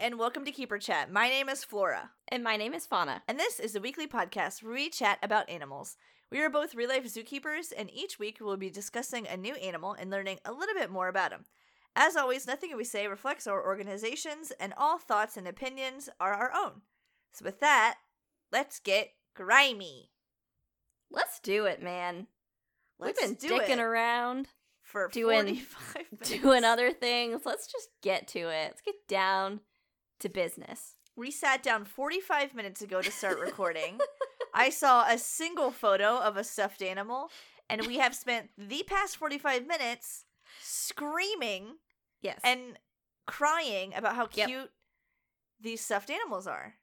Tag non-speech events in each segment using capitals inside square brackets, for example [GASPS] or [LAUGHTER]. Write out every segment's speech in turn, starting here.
and welcome to Keeper Chat. My name is Flora, And my name is Fauna. and this is the weekly podcast where we chat about animals. We are both real life zookeepers, and each week we'll be discussing a new animal and learning a little bit more about them. As always, nothing we say reflects our organizations, and all thoughts and opinions are our own. So, with that, let's get grimy. Let's do it, man. Let's We've been do dicking it around, for doing- 45 minutes. [LAUGHS] doing other things. Let's just get to it. Let's get down to business. We sat down 45 minutes ago to start recording. I saw a single photo of a stuffed animal, and we have spent the past 45 minutes screaming Yes. and crying about how Yep. cute these stuffed animals are.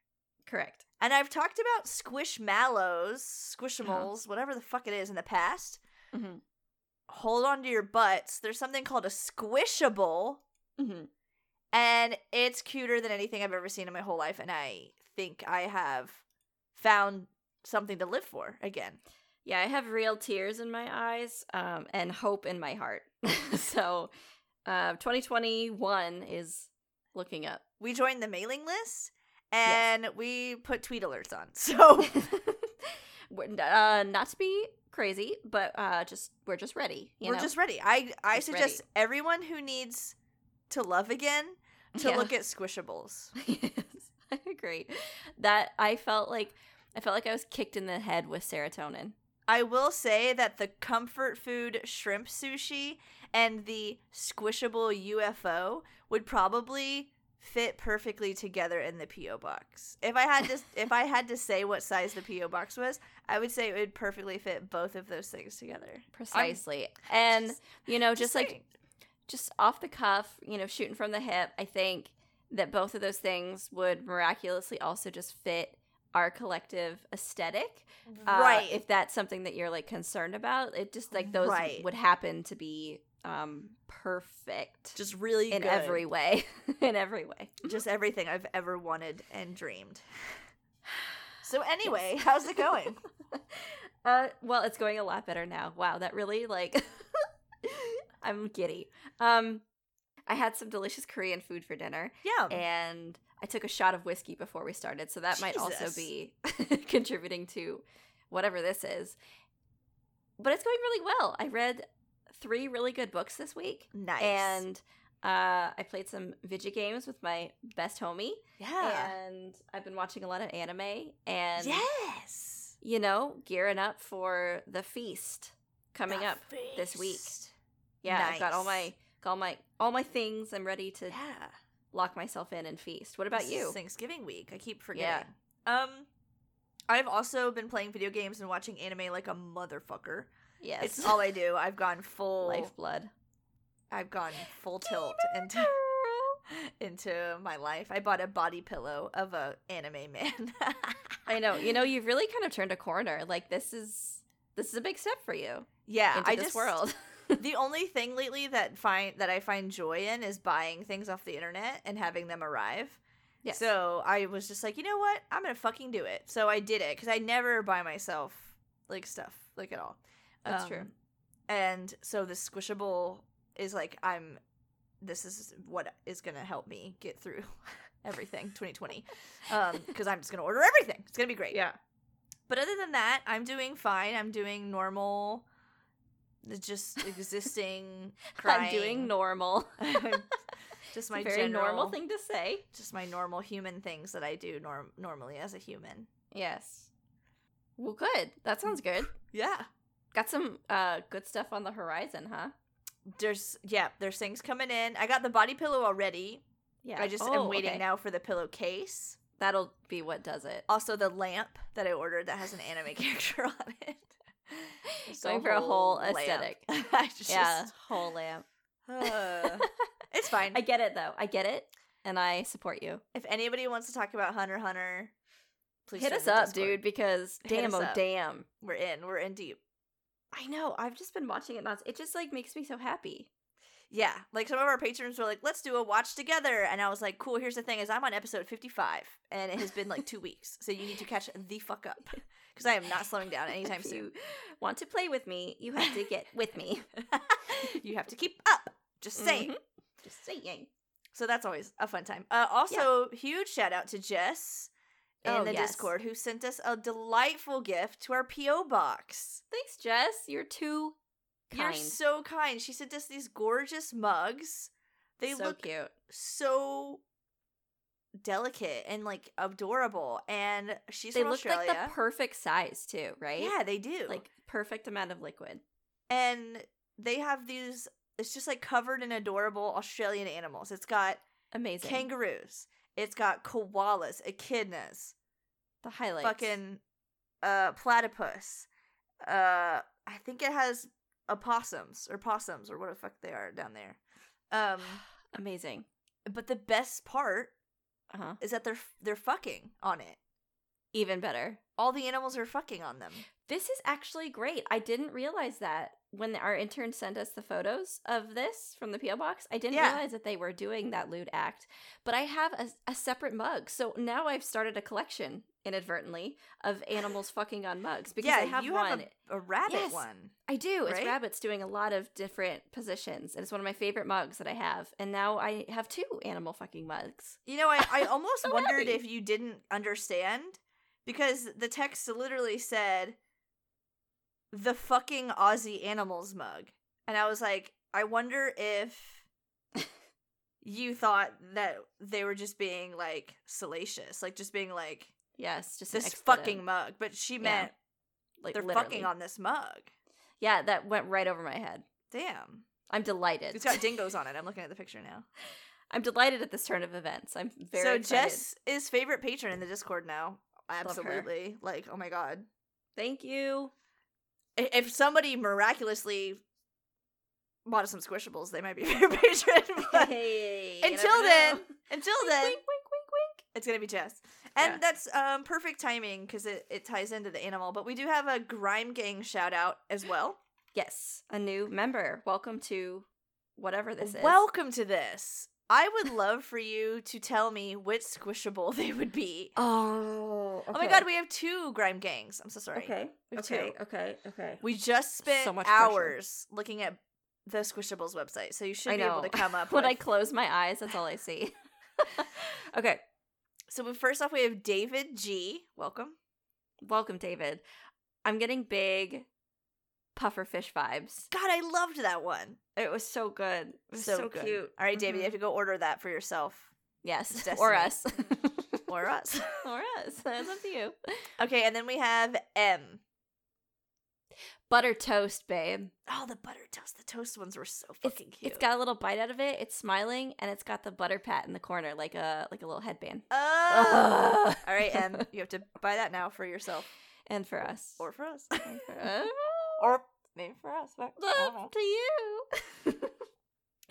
correct. And I've talked about squish mallows, squishimals, whatever the fuck it is in the past. hmm Hold on to your butts. There's something called a squishable, hmm and it's cuter than anything I've ever seen in my whole life. And I think I have found something to live for again. Yeah, I have real tears in my eyes um, and hope in my heart. [LAUGHS] so, uh, 2021 is looking up. [LAUGHS] We joined the mailing list Yes. and we put tweet alerts on. [LAUGHS] So We're n- uh, not to be crazy, but uh, just we're just ready. [LAUGHS] You we're know? just ready. I I Just suggest everyone who needs to love again to [LAUGHS] Yeah. look at squishables. [LAUGHS] yes, I agree. That I felt like I felt like I was kicked in the head with serotonin. I will say that the comfort food shrimp sushi and the squishable UFO would probably fit perfectly together in the PO box. If I had to if I had to say what size the PO box was, I would say it would perfectly fit both of those things together. Precisely. and just- you know, just like saying. just off the cuff, you know, shooting from the hip, I think that both of those things would miraculously also just fit our collective aesthetic. Uh, right. If that's something that you're like concerned about, it just like those Right. would happen to be um perfect just really in good. every way. [LAUGHS] in every way. [LAUGHS] just everything I've ever wanted and [SIGHS] dreamed. So anyway, how's it [LAUGHS] going? Uh, well, it's going a lot better now. Wow, that really like [LAUGHS] I'm giddy. Um, I had some delicious Korean food for dinner, Yeah. and I took a shot of whiskey before we started, so that might also Jesus. be [LAUGHS] contributing to whatever this is. But it's going really well. I read three really good books this week, nice. and uh, I played some video games with my best homie, yeah. and I've been watching a lot of anime, and yes. you know, gearing up for the feast coming The up. this week. feast. Yeah, I've got all Ah, nice. my got all my all my things. I'm ready to Yeah. lock myself in and feast. What about This is you? Thanksgiving week. I keep forgetting. Um I've also been playing video games and watching anime like a motherfucker. Yes, It's [LAUGHS] all I do. I've gone full lifeblood. I've gone full tilt into [LAUGHS] into my life. I bought a body pillow of a anime man. [LAUGHS] I know. You know, you've really kind of turned a corner. Like this is this is a big step for you Yeah, into I this just world. [LAUGHS] [LAUGHS] the only thing lately that find that I find joy in is buying things off the internet and having them arrive. Yes. So I was just like, you know what? I'm gonna fucking do it. So I did it because I never buy myself like stuff like at all. That's um, true. And so the squishable is like I'm. This is what is gonna help me get through [LAUGHS] everything 2020 because I'm just gonna order everything. It's gonna be great. yeah. But other than that, I'm doing fine. I'm doing normal, just existing crying. [LAUGHS] [LAUGHS] I'm doing normal. [LAUGHS] [LAUGHS] just My my very general, normal thing to say. Just my normal human things that I do norm- normally as a human. Yes. Well, good. Mm. That sounds good. Yeah. Got some uh, good stuff on the horizon, huh? There's yeah. There's things coming in. I got the body pillow already. Yeah. I just Oh, am waiting okay. now for the pillowcase. That'll be what does it. Also, the lamp that I ordered that has an anime [LAUGHS] character on it. Just Going for a whole lamp. aesthetic. [LAUGHS] I just, yeah, whole lamp. uh, [LAUGHS] it's fine. I get it though. I get it, and I support you. If anybody wants to talk about Hunter x Hunter, please Hit join us the up, Discord. dude, because Hit damn, us oh up. damn. We're in. We're in deep. I know. I've just been watching it. Not. It just like makes me so [LAUGHS] happy. Yeah, like some of our patrons were like, "Let's do a watch together," and I was like, "Cool." Here's the thing: is I'm on episode 55, and it has been like two weeks, so you need to catch the fuck [LAUGHS] up because I am not slowing down anytime if soon. you want to play with me, you have to [LAUGHS] get with me. [LAUGHS] Mm-hmm. you have to keep up. Just saying. Mhm. Just saying. So that's always a fun time. Uh, also, huge shout out to Jess in Oh, the yes. Discord who sent us a delightful gift to our PO box. Thanks, Jess. You're too kind. You're so kind. She sent us these gorgeous mugs. They so look cute. so delicate and like adorable. And she's They from look Australia. like the perfect size too, right? Yeah, they do. Like perfect amount of liquid. and they have these. It's just like covered in adorable Australian animals. It's got Amazing. kangaroos. It's got koalas, echidnas, the highlights. fucking uh, platypus. Uh, I think it has opossums or possums or what the fuck they are down there. [SIGHS] Um, amazing. but the best part Uh huh. is that they're they're fucking on it. Even better. All the animals are fucking on them. This is actually great. I didn't realize that when our intern sent us the photos of this from the PO box. I didn't Yeah. realize that they were doing that lewd act. But I have a, a separate mug, so now I've started a collection inadvertently of animals fucking on mugs because yeah, I have you one. have a, a rabbit Yes. one. I do. It's right? rabbits doing a lot of different positions, and it's one of my favorite mugs that I have. And now I have two animal fucking mugs. You know, I, [LAUGHS] I almost So wondered happy. if you didn't understand because the text literally said the fucking Aussie animals mug. And I was like, I wonder [LAUGHS] if you thought that they were just being like salacious, like just being like Yes, just an this expletive, fucking mug. But she Yeah, meant like they're literally. fucking on this mug. Yeah, that went right over my head. Damn. I'm delighted. It's [LAUGHS] got dingoes on it. I'm looking at the picture now. I'm delighted at this turn of events. I'm very so excited. Jess is favorite patron in the Discord now. her. Absolutely. Like, oh my god. Thank [LAUGHS] you. I- if somebody miraculously bought us some squishables, they might be [LAUGHS] your patron. But [LAUGHS] Hey, Until you never then, know. until Wink, then, wink, wink, wink, wink. it's gonna be Jess, and Yeah. that's um, perfect timing because it, it ties into the animal. But we do have a Grime Gang shout out as well. Yes, a new member. Welcome to whatever this is. Welcome to this. I would love for you to tell me which squishable [LAUGHS] they would be. oh, Oh my god, we have two Grime Gangs. I'm so sorry. okay, We have okay, two. okay, okay. We just spent So much pressure. hours looking at the Squishables website, so you should I be able know. to come up [LAUGHS] when with I close my eyes, that's all I see. [LAUGHS] okay, So we, first off, we have David G. Welcome. welcome, David. I'm getting big pufferfish vibes. God, I loved that one. It was so good. It was so, good. cute. All right, David, Mhm. you have to go order that for yourself Yes, Destiny. or us, or us. [LAUGHS] or us. That's up to you. okay, and then we have M. Butter toast, babe. Oh, the butter toast. The toast ones were so It's, fucking cute. it's got a little bite out of it. It's smiling, and it's got the butter pat in the corner, like a like a little headband. Oh. [LAUGHS] All right, M. You have to buy that now for yourself and for us, or for us, [LAUGHS] And for [LAUGHS] us. or maybe for us. Fuck, I don't know. up to you.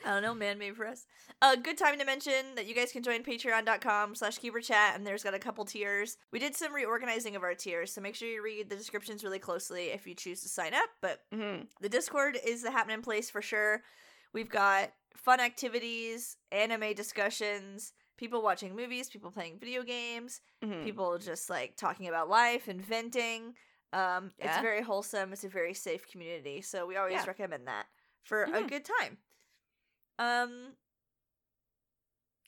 I don't know, man. Maybe for us. A uh, good time to mention that you guys can join patreon.com slash keeper chat and there's got a couple tiers. We did some reorganizing of our tiers, so make sure you read the descriptions really closely if you choose to sign up. But Mhm. the Discord is the happening place for sure. We've got fun activities, anime discussions, people watching movies, people playing video games, Mhm. people just like talking about life and venting. Um, It's Yeah. very wholesome. It's a very safe community. So we always Yeah. recommend that for a Mhm. good time. Um,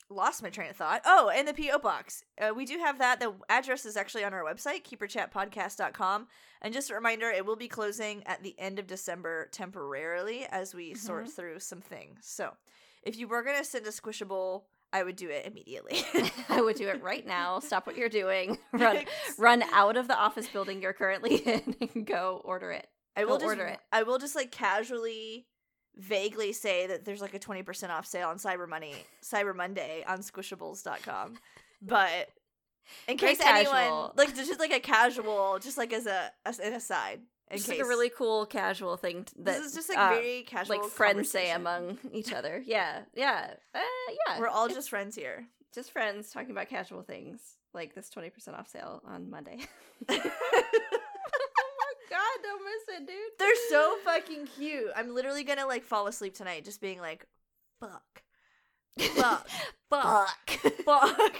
lost my train of thought. Oh, and the PO box. Uh, we do have that. The address is actually on our website, keeperchatpodcast.com. And just a reminder, it will be closing at the end of December temporarily as we Mm-hmm. sort through some things. So if you were going to send a squishable, I would do it immediately. [LAUGHS] I would do it right now. Stop what you're [LAUGHS] doing. Run, [LAUGHS] run out of the office building you're currently [LAUGHS] in and go order it. I will Go just, order it. I will just like casually, vaguely say that there's like a twenty percent off sale on Cyber Money, Cyber Monday on Squishables.com, but in Very case anyone casual. like there's just like a casual, just like as a as an aside, in It's case like a really cool casual thing t- that this is just like uh, very casual, like friends say conversation. among [LAUGHS] each other. Yeah, yeah, uh, yeah. We're [LAUGHS] all It's just friends here. [LAUGHS] just friends talking about casual things like this twenty percent off sale on Monday. God, don't miss it, dude. They're [LAUGHS] so fucking cute. I'm literally gonna like fall asleep tonight just being like, fuck, [LAUGHS] fuck, fuck, Fuck. fuck,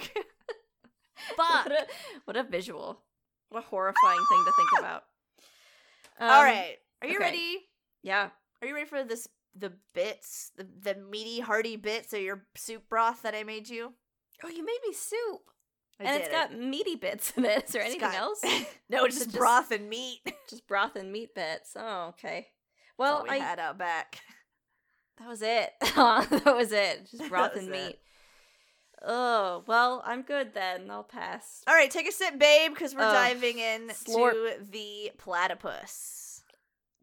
[LAUGHS] fuck. What a, what a visual. What a horrifying thing to think about. All right, are you Um, okay. ready? Yeah. Are you ready for this the bits, the, the meaty, hearty bits of your soup broth that I made you. Oh, you made me soup. I and did it's got meaty bits in it. Is there It's anything got- else? no, it's just, just- broth and meat. That's [LAUGHS] Just broth and meat bits. Oh, okay. all Well, we I had out back. that was it. [LAUGHS] that was it. Just That broth was and it. meat. Oh, well, I'm good then. I'll pass. All right, take a sip, babe, because we're Ugh, diving in to slurp. the platypus,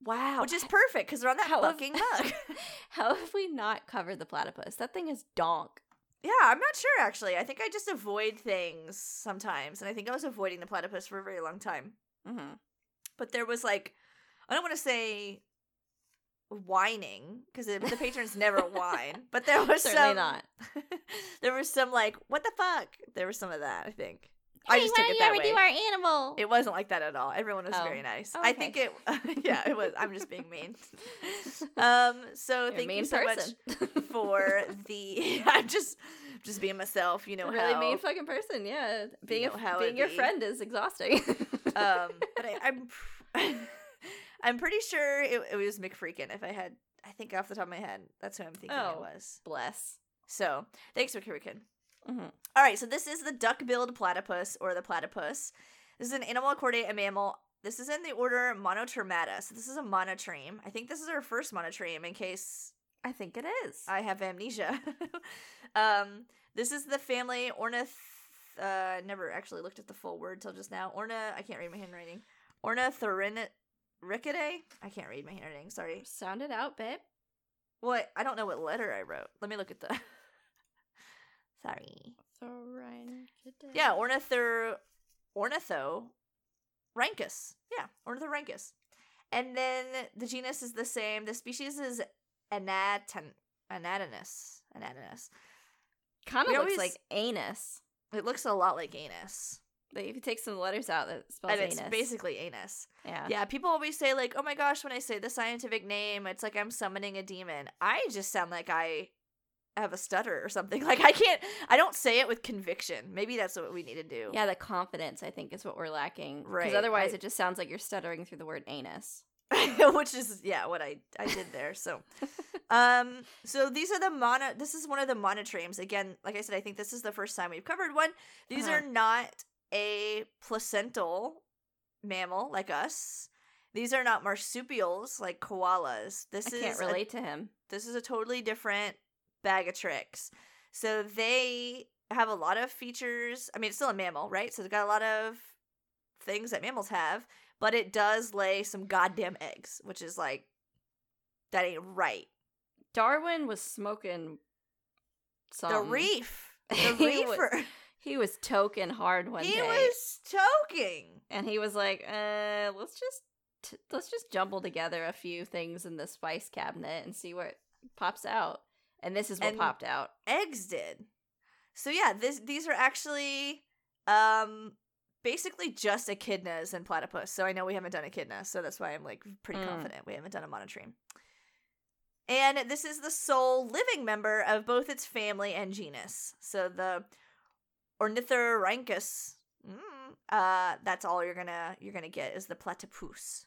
Wow. which is perfect because we're on that How- fucking mug. [LAUGHS] How have we not covered the platypus? That thing is donk. yeah, I'm not sure actually. I think I just avoid things sometimes, and I think I was avoiding the platypus for a very long time. [LAUGHS] Mm-hmm. but there was like i don't want to say whining because the the patrons never [LAUGHS] whine but there was Certainly some not. [LAUGHS] there was some like what the fuck there was some of that i think i Hey, just took why don't it you that ever way do our animal? it wasn't like that at all everyone was Oh. very nice Oh, i okay. think it yeah it [LAUGHS] was i'm just being [LAUGHS] mean um so You're a thank you mean so [LAUGHS] person. [LAUGHS] much for the [LAUGHS] i'm just just being myself you know really how mean fucking person. Yeah, being know a, how it being your be. friend is exhausting. [LAUGHS] um, but I, I'm pr- [LAUGHS] I'm pretty sure it, it was McFreakin. If I had, I think off the top of my head, that's who I'm thinking it Oh. was. Bless. So thanks, McFreakin. Mhm. All right, so this is the duck-billed platypus or the platypus. This is an animal according a mammal. This is in the order Monotremata. So this is a monotreme. I think this is our first monotreme. In case I think it is. I have amnesia. [LAUGHS] um, this is the family Ornith. Uh, I never actually looked at the full word till just now. Orna, I can't read my handwriting. Ornithorhynchidae. I can't read my handwriting. Sorry. Sound it out, babe. What? I don't know what letter I wrote. Let me look at the. [LAUGHS] Sorry. Yeah, ornithor, ornitho, rhynchus. Yeah, ornithorhynchus. And then the genus is the same. The species is anaton, anatinus, anatinus. Kind We of always- looks like anus. It looks a lot like anus. Like if you take some letters out, that spells And anus. it's basically anus. yeah. Yeah, people always say, like, oh my gosh, when I say the scientific name, it's like I'm summoning a demon. I just sound like I have a stutter or something. [LAUGHS] Like, I can't, I don't say it with conviction. Maybe that's what we need to do. Yeah, the confidence I think is what we're lacking. Right, Because otherwise, I- it just sounds like you're stuttering through the word anus. [LAUGHS] Which is, yeah, what I, I did there. [LAUGHS] So, um, so these are the mono, this is one of the monotremes. Again, like I said, I think this is the first time we've covered one. These Uh-huh. are not a placental mammal like us. These are not marsupials like koalas. This I is can't a relate to him. this is a totally different bag of tricks. So they have a lot of features. I mean, it's still a mammal, right? So they've got a lot of things that mammals have, but it does lay some goddamn eggs, which is like that ain't right. Darwin was smoking. Some. The [LAUGHS] reef, He the was- reefer, He was toking hard one he day, was choking. and he was like, "Uh, let's just t- let's just jumble together a few things in the spice cabinet and see what pops out." And this is what And- popped out. eggs did. So yeah, this these are actually um basically just echidnas and platypus. So I know we haven't done echidna, so that's why I'm like pretty Mm. confident we haven't done a monotreme. And this is the sole living member of both its family and genus. So the Ornithorhynchus, mm, uh, that's all you're gonna you're gonna get is the platypus.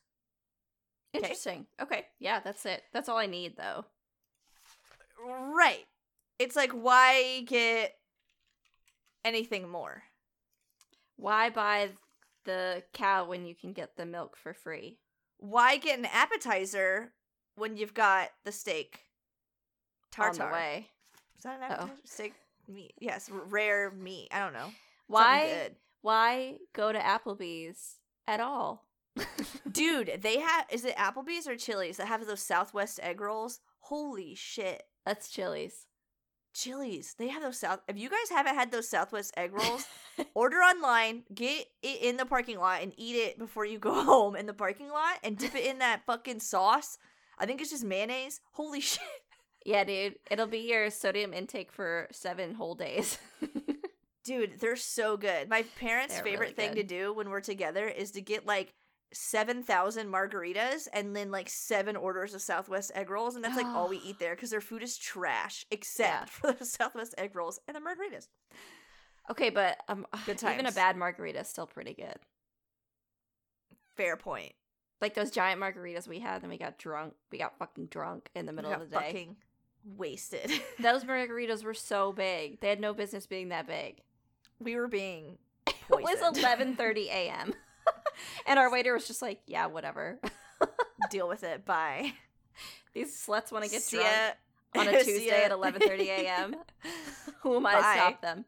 Okay. Interesting. Okay. Yeah, that's it. That's all I need though. Right. It's like why get anything more? Why buy the cow when you can get the milk for free? why get an appetizer when you've got the steak tartar? On the way. Is that an appetizer? Steak meat. Yes, r- rare meat. I don't [LAUGHS] know. Something Why why go to Applebee's at all? good. Dude, they have is it Applebee's or Chili's that have those Southwest egg rolls? Holy shit. That's Chili's. Chili's. They have those South if you guys haven't had those Southwest egg [LAUGHS] rolls, order online, get it in the parking lot and eat it before you go [LAUGHS] home in the parking lot and dip it in that fucking sauce. I think it's just mayonnaise. Holy [LAUGHS] shit. Yeah, dude. It'll be your sodium intake for seven whole days. [LAUGHS] Dude, they're so good. My parents' They're favorite really thing to good. do when we're together is to get like 7,000 margaritas and then like seven orders of Southwest egg rolls. And that's like all we eat there [GASPS] because their food is trash except [LAUGHS] Yeah. for the Southwest egg rolls and the margaritas. okay, but um [SIGHS] Good even a times. bad margarita is still pretty good. Fair point. like those giant margaritas we had, and we got drunk. We got fucking drunk in the middle of the day. fucking wasted. Those margaritas were so big; they had no business being that [LAUGHS] big. [LAUGHS] we were being [LAUGHS] It was poisoned. eleven thirty a.m. [LAUGHS] and our waiter was just like, "Yeah, whatever. [LAUGHS] [LAUGHS] Deal with it. Bye. These sluts want to get See drunk ya. on a [LAUGHS] See Tuesday ya. at eleven thirty a.m. [LAUGHS] Who am I to Bye. stop them?"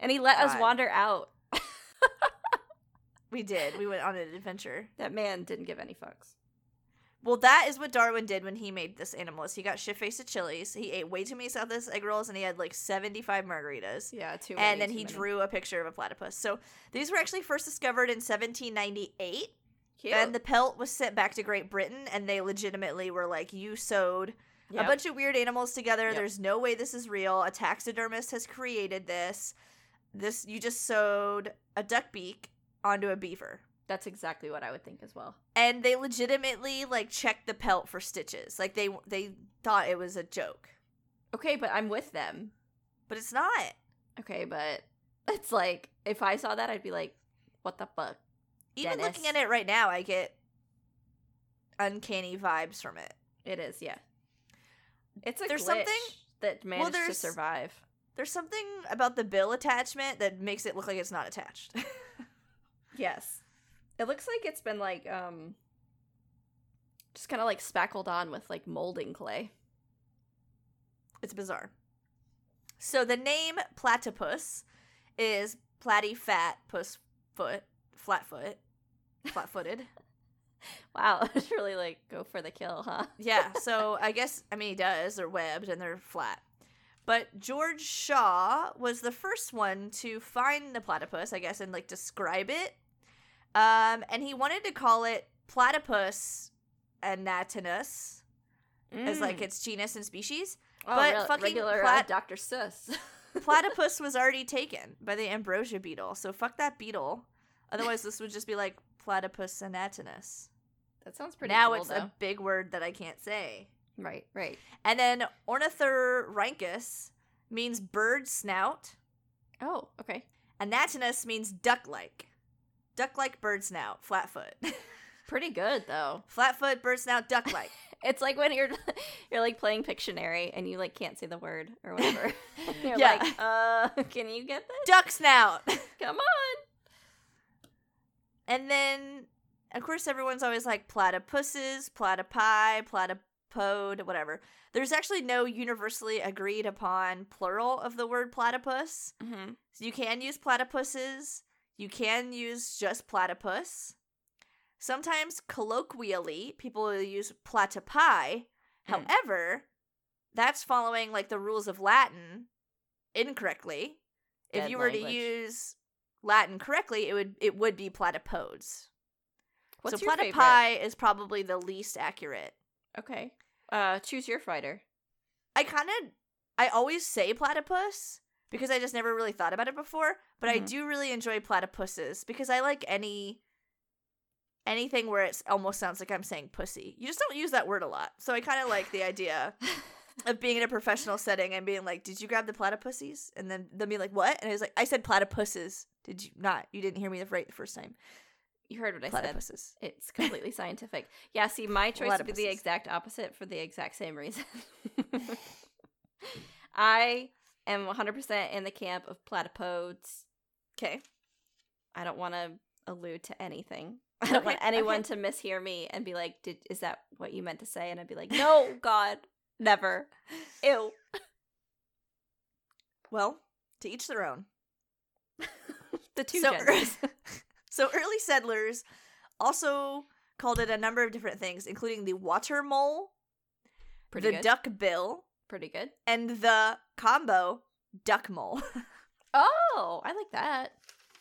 And he let us Bye. wander out. [LAUGHS] we did. We went on an adventure. That man didn't give any fucks. Well, that is what Darwin did when he made this animal. Is he got shit faced at Chili's. He ate way too many Southwest egg rolls, and he had like seventy five margaritas. Yeah, too. and then he drew a picture of a platypus. So these were actually first discovered in 1798, and the pelt was sent back to Great Britain, and they legitimately were like, "You sewed a bunch of weird animals together. Yep. There's no way this is real. A taxidermist has created this. This you just sewed a duck beak onto a beaver." That's exactly what I would think as well. And they legitimately like checked the pelt for stitches. Like they they thought it was a joke, Okay, but I'm with them. but it's not. Okay, but [LAUGHS] it's like if I saw that, I'd be like, "What the fuck?" Even Dennis. looking at it right now, I get uncanny vibes from it. It is, yeah. It's a There's glitch something- that managed to there's- survive. There's something about the bill attachment that makes it look like it's not attached. [LAUGHS] Yes, it looks like it's been like um, just kind of like spackled on with like molding clay. it's bizarre. So the name platypus is platy fat puss foot flat foot flat footed. Wow, [LAUGHS] it's really like go for the kill, huh? yeah, so I guess I mean he does. They're webbed and they're flat. But George Shaw was the first one to find the platypus, I guess, and like describe it. Um, and he wanted to call it Platypus anatinus as Mm. like its genus and species. oh, Mm. but rel- fucking regular uh, plat- Dr. Seuss. [LAUGHS] Platypus was already taken by the ambrosia beetle, so fuck that beetle. Otherwise, this would just be like Platypus anatinus. that sounds pretty. now cool, it's though. a big word that I can't say. right, right. And then ornithorhynchus means bird snout. Oh, okay. Anatinus means duck-like. Duck-like bird snout, flatfoot. [LAUGHS] Pretty good though. flatfoot, bird snout, duck-like. It's like when you're [LAUGHS] you're like playing Pictionary and you like can't say the word or [LAUGHS] whatever. you're Yeah. like, uh, [LAUGHS] can you get this? Duck snout. Come on. And then, of course, everyone's always like platypuses, platypi, platypode, whatever. There's actually no universally agreed upon plural of the word platypus. Mm-hmm. So you can use platypuses. You can use just platypus. Sometimes colloquially, people will use platypi. Hmm. However, that's following like the rules of Latin incorrectly. if Dead you were language. to use Latin correctly, it would it would be platypodes. What's so your platypi favorite? is probably the least accurate. Okay. Uh, choose your fighter. I kind of I always say platypus because I just never really thought about it before, but I Mhm. do really enjoy platypuses because I like any anything where it almost sounds like I'm saying pussy. You just don't use that word a lot. So I kind of like the [LAUGHS] idea of being in a professional setting and being like, "Did you grab the platypuses?" and then them being like, "What?" and I was like, "I said platypuses. Did you not? You didn't hear me the right the first time." You heard what I said. Platypuses. It's completely scientific. Yeah. See, my choice would be the Platypuses. exact opposite for the exact same reason. [LAUGHS] I am 100% in the camp of platypodes. Okay. I don't want to allude to anything. [LAUGHS] I don't want Okay, anyone okay. to mishear me and be like, Did, "Is that what you meant to say?" And I'd be like, "No, [LAUGHS] God, never." Ew. Well, to each their own. The two So- genders. So early settlers also called it a number of different things, including the water mole, [LAUGHS] Pretty the good. duck bill, Pretty good. and the combo duck mole. [LAUGHS] Mm, Oh, I like that.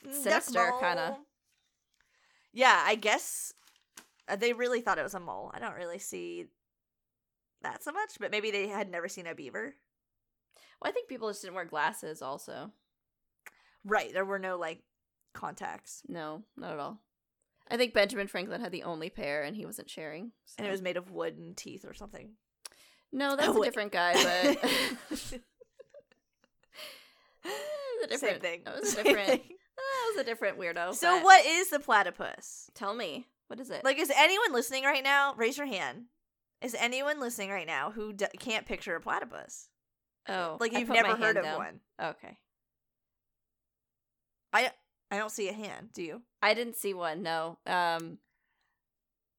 Sinister, Duck kinda. mole. Yeah, I guess uh, they really thought it was a mole. I don't really see that so much, but maybe they had never seen a beaver. Well, I think people just didn't wear glasses. Also, Right, there were no like contacts, no, not at all. I think Benjamin Franklin had the only pair, and he wasn't sharing. so- and it was made of wood and teeth or something. [LAUGHS] no, that's Oh, a wait. different guy, but [LAUGHS] [LAUGHS] a different, Same thing. [LAUGHS] That was a [LAUGHS] Same different. thing. That was a different weirdo. So but what is the platypus? Tell me. What is it? Like, is anyone listening right now? Raise your hand. Is anyone listening right now who d- can't picture a platypus? oh, Like I you've put my never heard hand of down. one. Okay, I don't see a hand. Do you? I didn't see one. No, um,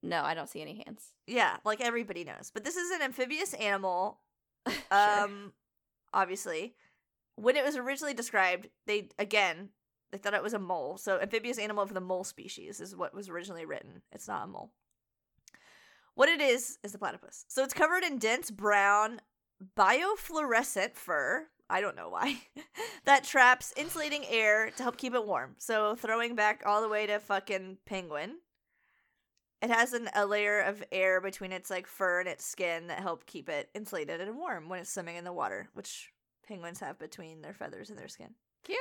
no, I don't see any hands. Yeah, like everybody knows. But this is an amphibious animal. Sure. Um, obviously, when it was originally described, they again they thought it was a mole. So amphibious animal of the mole species is what was originally written. It's not a mole. What it is is the platypus. So it's covered in dense brown biofluorescent fur. I don't know why. [LAUGHS] that traps insulating air to help keep it warm. So throwing back all the way to fucking penguin. It has an, a layer of air between its like fur and its skin that help keep it insulated and warm when it's swimming in the water, which penguins have between their feathers and their skin. Cute,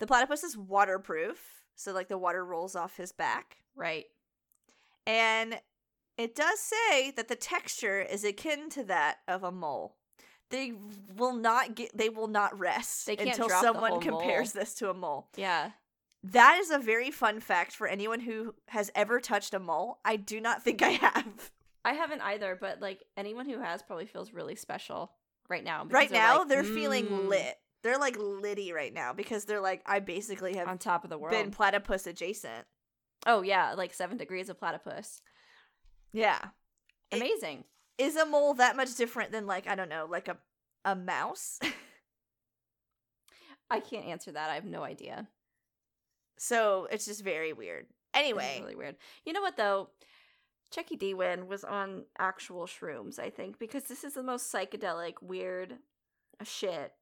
The platypus is waterproof, so like the water rolls off his back. right? And it does say that the texture is akin to that of a mole. They will not get they will not rest They can't until drop the someone whole compares this to a mole. Yeah, That is a very fun fact for anyone who has ever touched a mole. I do not think I have. I haven't either. But like anyone who has probably feels really special right now. because right now, like, they're feeling "Mm, lit. They're like litty right now because they're like, I basically have on top of the world. been platypus adjacent. oh yeah, like seven degrees of platypus. Yeah. It- Amazing. Is a mole that much different than like, I don't know, like a a mouse? [LAUGHS] I can't answer that. I have no idea. so it's just very weird. This is Anyway, really weird. You know what though? Chucky D Win was on actual shrooms, I think, because this is the most psychedelic, weird shit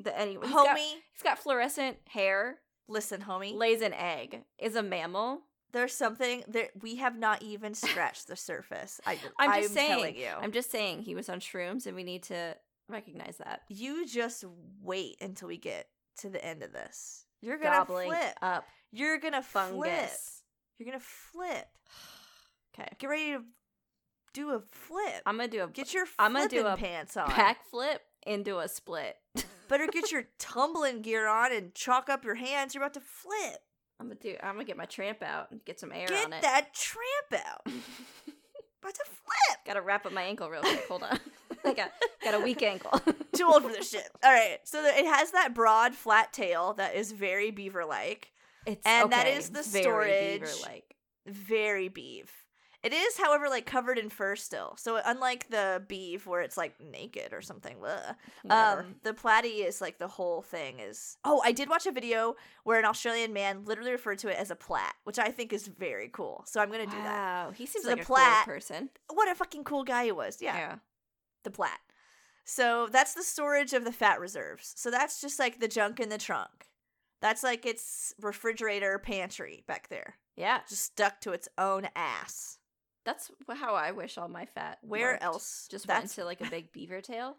that anyone. He's got, homie, he's got fluorescent hair, listen, homie. lays an egg, is a mammal. there's something that we have not even scratched the surface. I, [LAUGHS] I'm just saying. telling you. I'm just saying he was on shrooms, and we need to recognize that. you just wait until we get to the end of this. You're gonna Gobbling flip. up You're gonna flip. fungus. You're gonna flip. Okay, Get ready to do a flip. I'm gonna do a get your I'm gonna do flipping a pants on. [LAUGHS] backflip into a split. [LAUGHS] Better get your tumbling gear on and chalk up your hands. You're about to flip. I'm gonna do. I'm gonna get my tramp out and get some air get on it. that tramp [LAUGHS] out. About to flip. Gotta wrap up my ankle real quick. [LAUGHS] Hold on. I got got a weak ankle. Too old for this shit. All right. So the, it has that broad, flat tail that is very beaver-like. [LAUGHS] It's And that is the storage. like very beeve. It is, however, like covered in fur still. So unlike the beeve where it's like naked or something, bleh, um, the platy is like the whole thing is. Oh, I did watch a video where an Australian man literally referred to it as a plat, which I think is very cool. So I'm gonna do that. Wow, he seems So the like a cool plat- person. What a fucking cool guy he was. Yeah. Yeah, the plat. So that's the storage of the fat reserves. So that's just like the junk in the trunk. That's like its refrigerator pantry back there, yeah, just stuck to its own ass. That's wh- how I wish all my fat. Where lurked. else? Just went that's into like [LAUGHS] a big beaver tail.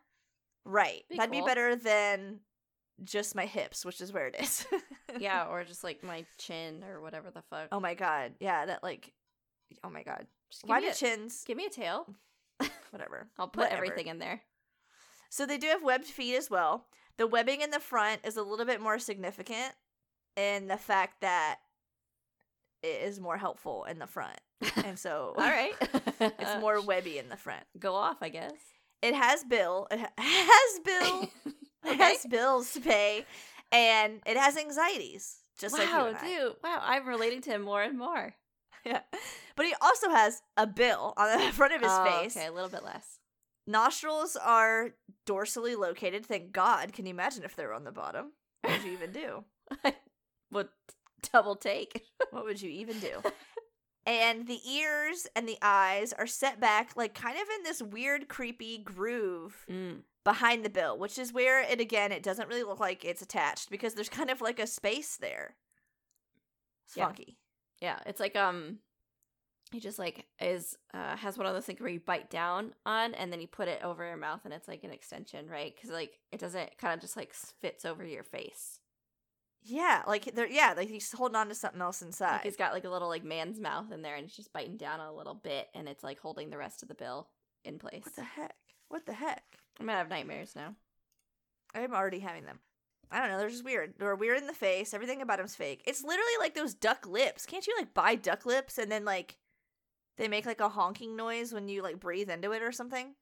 right. be That'd cool. be better than just my hips, which is where it is. yeah, or just like my chin or whatever the fuck. [LAUGHS] Oh my god. Yeah. That like. Oh my god. just give Why me do a, chins? give me a tail. Whatever. I'll put Whatever. everything [LAUGHS] in there. So they do have webbed feet as well. The webbing in the front is a little bit more significant in the fact that it is more helpful in the front, and so [LAUGHS] All right, [LAUGHS] Uh, it's more webby in the front. [LAUGHS] go off, I guess. It has bill. It ha- [LAUGHS] has [LAUGHS] bill. It has bills to pay, and it has anxieties, just like you wow, and I. dude, wow, I'm relating to him more and more. Yeah. [LAUGHS] But he also has a bill on the [LAUGHS] front of his Oh, face. okay, a little bit less. Nostrils are dorsally located. Thank God. Can you imagine if they were on the bottom? What would you even do? Would [LAUGHS] double take. What would you even do? [LAUGHS] And the ears and the eyes are set back, like kind of in this weird, creepy groove Mm, behind the bill, which is where it again, it doesn't really look like it's attached because there's kind of like a space there. It's Yeah. funky. Yeah, it's like um, he just like is uh has one of those things where you bite down on and then you put it over your mouth and it's like an extension, right? Because like it doesn't kind of just like s- fits over your face. Yeah, like there. Yeah, like he's holding on to something else inside. Like he's got like a little like man's mouth in there and it's just biting down on a little bit and it's like holding the rest of the bill in place. what the heck? What the heck? I'm gonna have nightmares now. I'm already having them. I don't know. They're just weird. They're weird in the face. Everything about him's fake. It's literally like those duck lips. Can't you like buy duck lips and then like they make like a honking noise when you like breathe into it or something?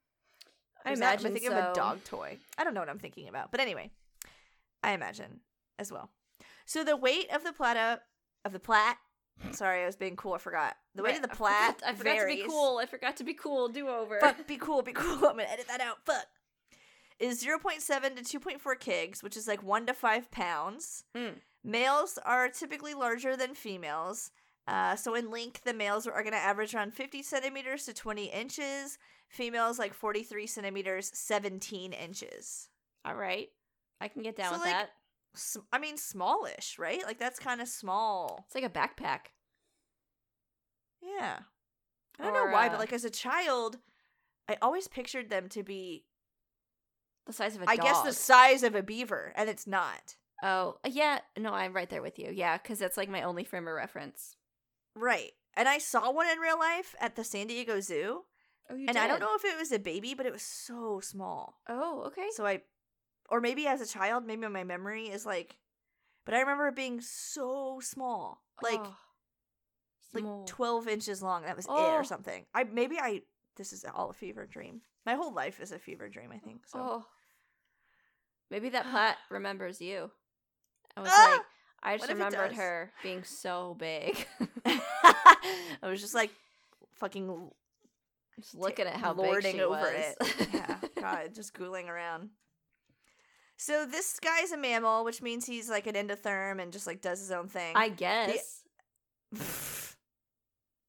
I Or is that- am imagine thinking of a so. dog toy. I don't know what I'm thinking about, but anyway, I imagine as well. So the weight of the plata of the plat. Sorry, I was being cool. I forgot the weight Right, of the I plat. forgot- I forgot varies. to be cool. I forgot to be cool. Do over. [LAUGHS] Fuck, be cool, be cool. I'm gonna edit that out. Fuck. Is 0.7 to 2.4 kgs, which is like 1 to 5 pounds. Mm. Males are typically larger than females. Uh, so in length, the males are going to average around 50 centimeters to 20 inches. Females like 43 centimeters, 17 inches. All right, I can get So, down with like- that. S- I mean, smallish, right? Like that's kind of small. It's like a backpack. Yeah. I don't Or, know why, uh, but like as a child, I always pictured them to be, The size of a I dog. guess, the size of a beaver, and it's not. Oh, yeah. No, I'm right there with you. Yeah, because that's like my only frame of reference. Right. And I saw one in real life at the San Diego Zoo. Oh, you and I don't know if it was a baby, but it was so small. Oh, okay. So I, or maybe as a child, maybe my memory is like, but I remember it being so small, like Oh. like Small. twelve inches long. That was it Oh. or something. I maybe I this is all a fever dream. My whole life is a fever dream. I think so. Oh. Maybe that [SIGHS] plat remembers you. I was Ah! like, I just What if it remembered does? her being so big. [LAUGHS] I was just like fucking just looking at how big lording she over was. [LAUGHS] it. yeah, God, just ghouling around. So this guy's a mammal, which means he's like an endotherm and just like does his own thing. I guess. [SIGHS]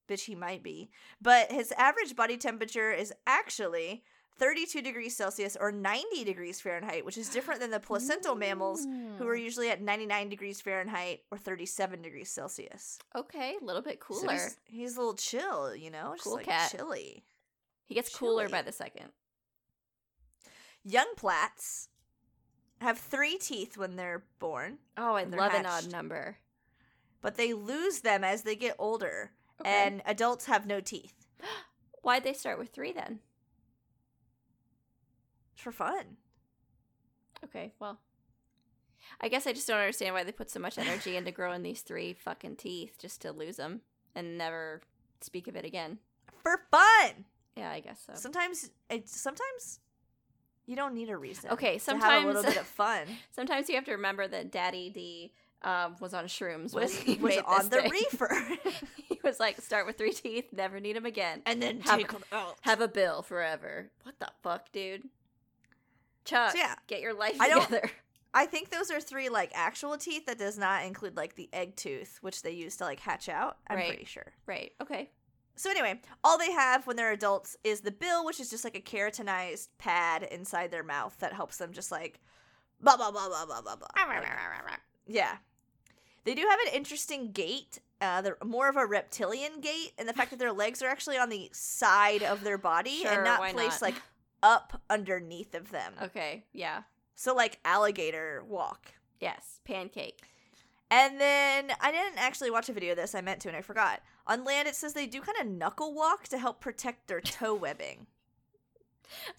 Bitch, he might be. But his average body temperature is actually 32 degrees Celsius or 90 degrees Fahrenheit, which is different than the placental mammals, who are Mm. usually at 99 degrees Fahrenheit or 37 degrees Celsius. okay, a little bit So cooler. he's, he's a little chill, you know? Just Cool like cat. chilly. he gets cooler chilly. by the second. Young plats have three teeth when they're born, Oh, I And they're love an hatched. odd number. but they lose them as they get older, Okay. and adults have no teeth. why'd they start with three then? It's for fun. Okay, well, I guess I just don't understand why they put so much energy into growing these three fucking teeth just to lose them and never speak of it again. For fun! Yeah, I guess so. Sometimes it sometimes you don't need a reason. Okay, to have a little sometimes- bit of [LAUGHS] fun Sometimes you have to remember that Daddy D um, was on shrooms when was he was made on this the thing. reefer, [LAUGHS] he was like, start with three teeth, never need them again. and then Have- take 'em out. Have a bill forever. What the fuck, dude? Chuck, So, yeah. get your life I don't- together. [LAUGHS] I think those are three like actual teeth that does not include like the egg tooth, which they use to like hatch out. I'm Right. pretty sure. Right, [LAUGHS] okay. So anyway, all they have when they're adults is the bill, which is just like a keratinized pad inside their mouth that helps them just like blah blah blah blah blah blah blah. Like, Yeah. They do have an interesting gait. Uh, they're more of a reptilian gait, and the fact that their legs are actually on the side of their body Sure, and not why placed not? like up underneath of them. Okay, yeah. So like alligator walk. Yes, pancake. And then I didn't actually watch a video of this. I meant to, and I forgot. On land, it says they do kind of knuckle walk to help protect [LAUGHS] their toe webbing.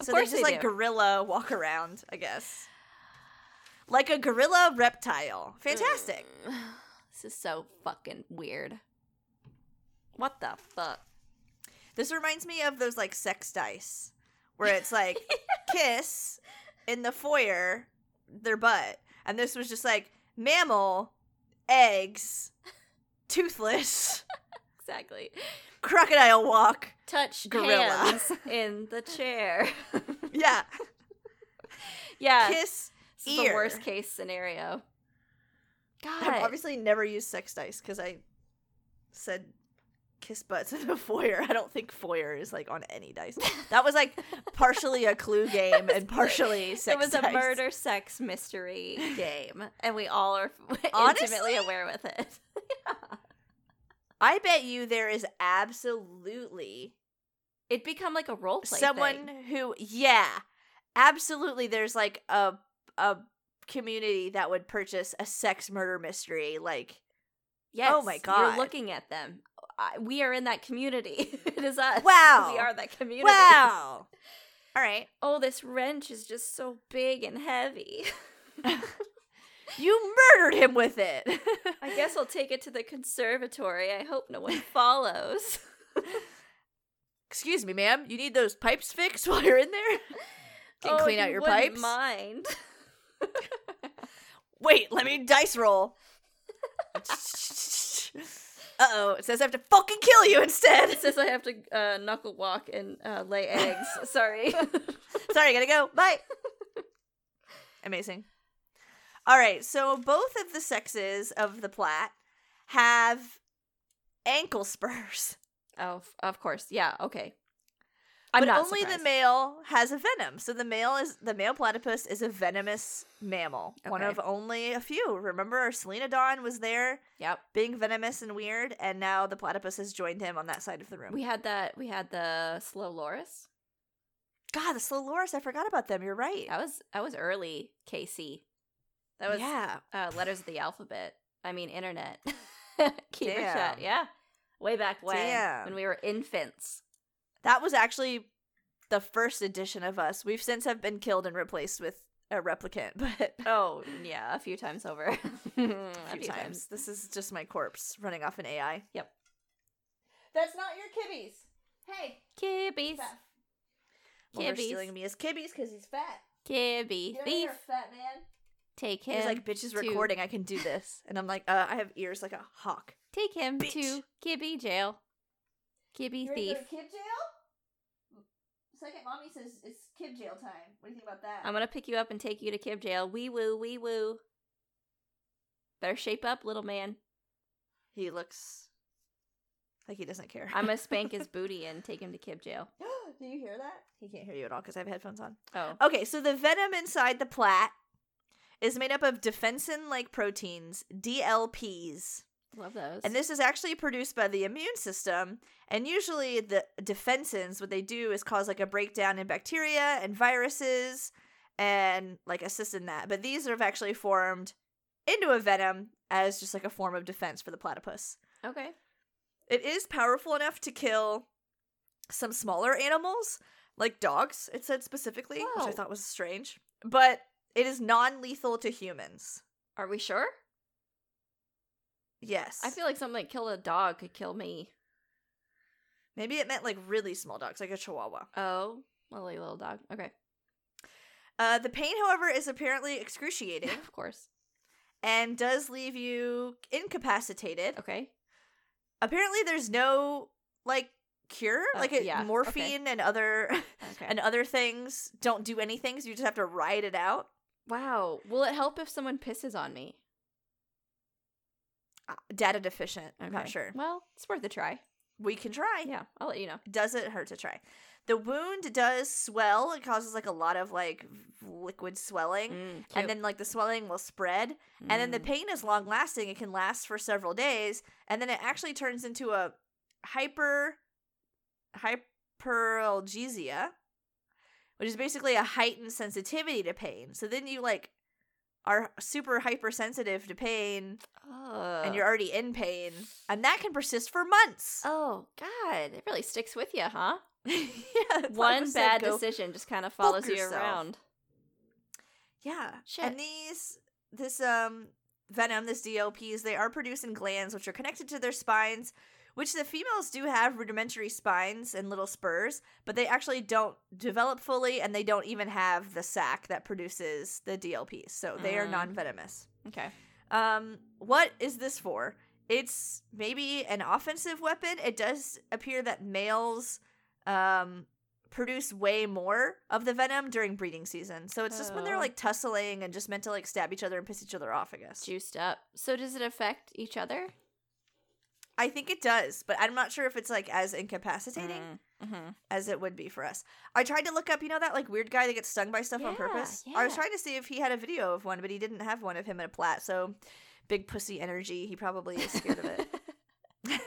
Of so they course just they like do. gorilla walk around, I guess. Like a gorilla reptile. Fantastic. Mm. [SIGHS] This is so fucking weird. What the fuck? This reminds me of those like sex dice where [LAUGHS] it's like kiss in the foyer, their butt. And this was just like mammal, eggs, toothless, [LAUGHS] Exactly. crocodile walk. Touch Gorilla. [LAUGHS] hands in the chair. [LAUGHS] Yeah. yeah, Kiss. this is the ear. worst case scenario. I've God, obviously never used sex dice because I said kiss butts [LAUGHS] in the foyer. I don't think foyer is like on any dice. [LAUGHS] That was like partially a clue game and partially sex [LAUGHS] it was a dice. murder sex mystery game, and we all are [LAUGHS] Honestly? intimately aware with it. I bet you there is absolutely It'd become like a role play. someone Oh thing. who yeah absolutely there's like a a community that would purchase a sex murder mystery like Yes. Oh my You're God. looking at them. I, we are in that community. [LAUGHS] it is us. Wow. We are that community. [LAUGHS] wow all right Oh, this wrench is just so big and heavy. You murdered him with it. [LAUGHS] I guess I'll take it to the conservatory. I hope no one follows. Excuse me, ma'am. You need those pipes fixed [LAUGHS] while you're in [LAUGHS] there? Can Oh, clean if out you your wouldn't pipes? [LAUGHS] Mind. Wait, let me dice [LAUGHS] roll. uh oh. It says I have to fucking kill you instead. It [LAUGHS] says I have to uh, knuckle walk and uh, lay eggs. [LAUGHS] Sorry. [LAUGHS] Sorry, gotta go. Bye. Amazing. All right, so both of the sexes of the plat have ankle spurs, oh, f- of course. Yeah. Okay. I'm but not only surprised. the male has a venom. So the male is the male platypus is a venomous mammal, one Okay. of only a few. Remember, our Selenodon was there Yep. being venomous and weird, and now the platypus has joined him on that side of the room. We had that. We had the slow loris. God, the Sloloris, I forgot about them. You're right. That was that was early KC. That was yeah. uh, letters of the alphabet. I mean, internet. [LAUGHS] Keep it Damn. shut. Yeah. Way back when, Damn. when we were infants. That was actually the first edition of us. We've since have been killed and replaced with a replicant, [LAUGHS] but Oh, yeah, a few times [LAUGHS] over. [LAUGHS] a a few times. This is just my corpse running off an AI. Yep. That's not your kibbies. Hey, Kibbies. Kibbies. Kibbies. stealing me his kibbies because he's fat. Kibby. Get over Thief. here, fat man. Take him. He's like, bitch is to- recording. I can do this, and I'm like, uh, I have ears like a hawk. Take him bitch. to Kibby jail. Kibby thief. kid jail. Second, mommy says it's kid jail time. What do you think about that? I'm gonna pick you up and take you to Kib jail. Wee woo, wee woo. Better shape up, little man. he looks like he doesn't care. I'm gonna spank [LAUGHS] his booty and take him to Kib jail. [GASPS] Do you hear that? He can't hear you at all because I have headphones on. Oh. Okay, so the venom inside the plat is made up of defensin like proteins, DLPs. Love those. And this is actually produced by the immune system. And usually, the defensins, what they do is cause like a breakdown in bacteria and viruses and like assist in that. But these have actually formed into a venom as just like a form of defense for the platypus. Okay. It is powerful enough to kill some smaller animals, like dogs, it said specifically, which Whoa. I thought was strange. But it is non lethal to humans. Are we sure? Yes. I feel like something that killed a dog could kill me. Maybe it meant like really small dogs, like a chihuahua. Oh, lovely little dog. Okay. Uh, the pain, however, is apparently excruciating [LAUGHS] of course. and does leave you incapacitated. Okay. Apparently, there's no like cure, Oh, like it, yeah, okay. morphine and other [LAUGHS] Okay. and other things don't do anything. So you just have to ride it out. wow. Will it help if someone pisses on me? Uh, Data deficient. I'm not Okay. sure. Well, it's worth a try. We can try. Yeah, I'll let you know. Doesn't hurt to try. The wound does swell. It causes like a lot of like liquid swelling. Mm, And then like the swelling will spread. And then the pain is long lasting. It can last for several days. And then it actually turns into a hyper hyperalgesia, which is basically a heightened sensitivity to pain. So then you like are super hypersensitive to pain oh. and you're already in pain. And that can persist for months. [LAUGHS] oh god, it really sticks with you, huh? yeah, that's why I One said bad go decision just kind of follows you yourself. around. Yeah. Shit. And these this um venom, this DLPs, they are produced in glands which are connected to their spines, which the females do have rudimentary spines and little spurs, but they actually don't develop fully and they don't even have the sac that produces the DLPs. So they are Mm. non-venomous. Okay. Um what is this for? It's maybe an offensive weapon. It does appear that males um produce way more of the venom during breeding season. So it's just when they're Oh. like tussling and just meant to like stab each other and piss each other off, I guess. Juiced up. So does it affect each other? I think it does, but I'm not sure if it's like as incapacitating Mm-hmm. as it would be for us. I tried to look up, you know that like weird guy that gets stung by stuff on Yeah, purpose? I was yeah. trying to see if he had a video of one, but he didn't have one of him in a plat. So big pussy energy, he probably is scared of it. [LAUGHS]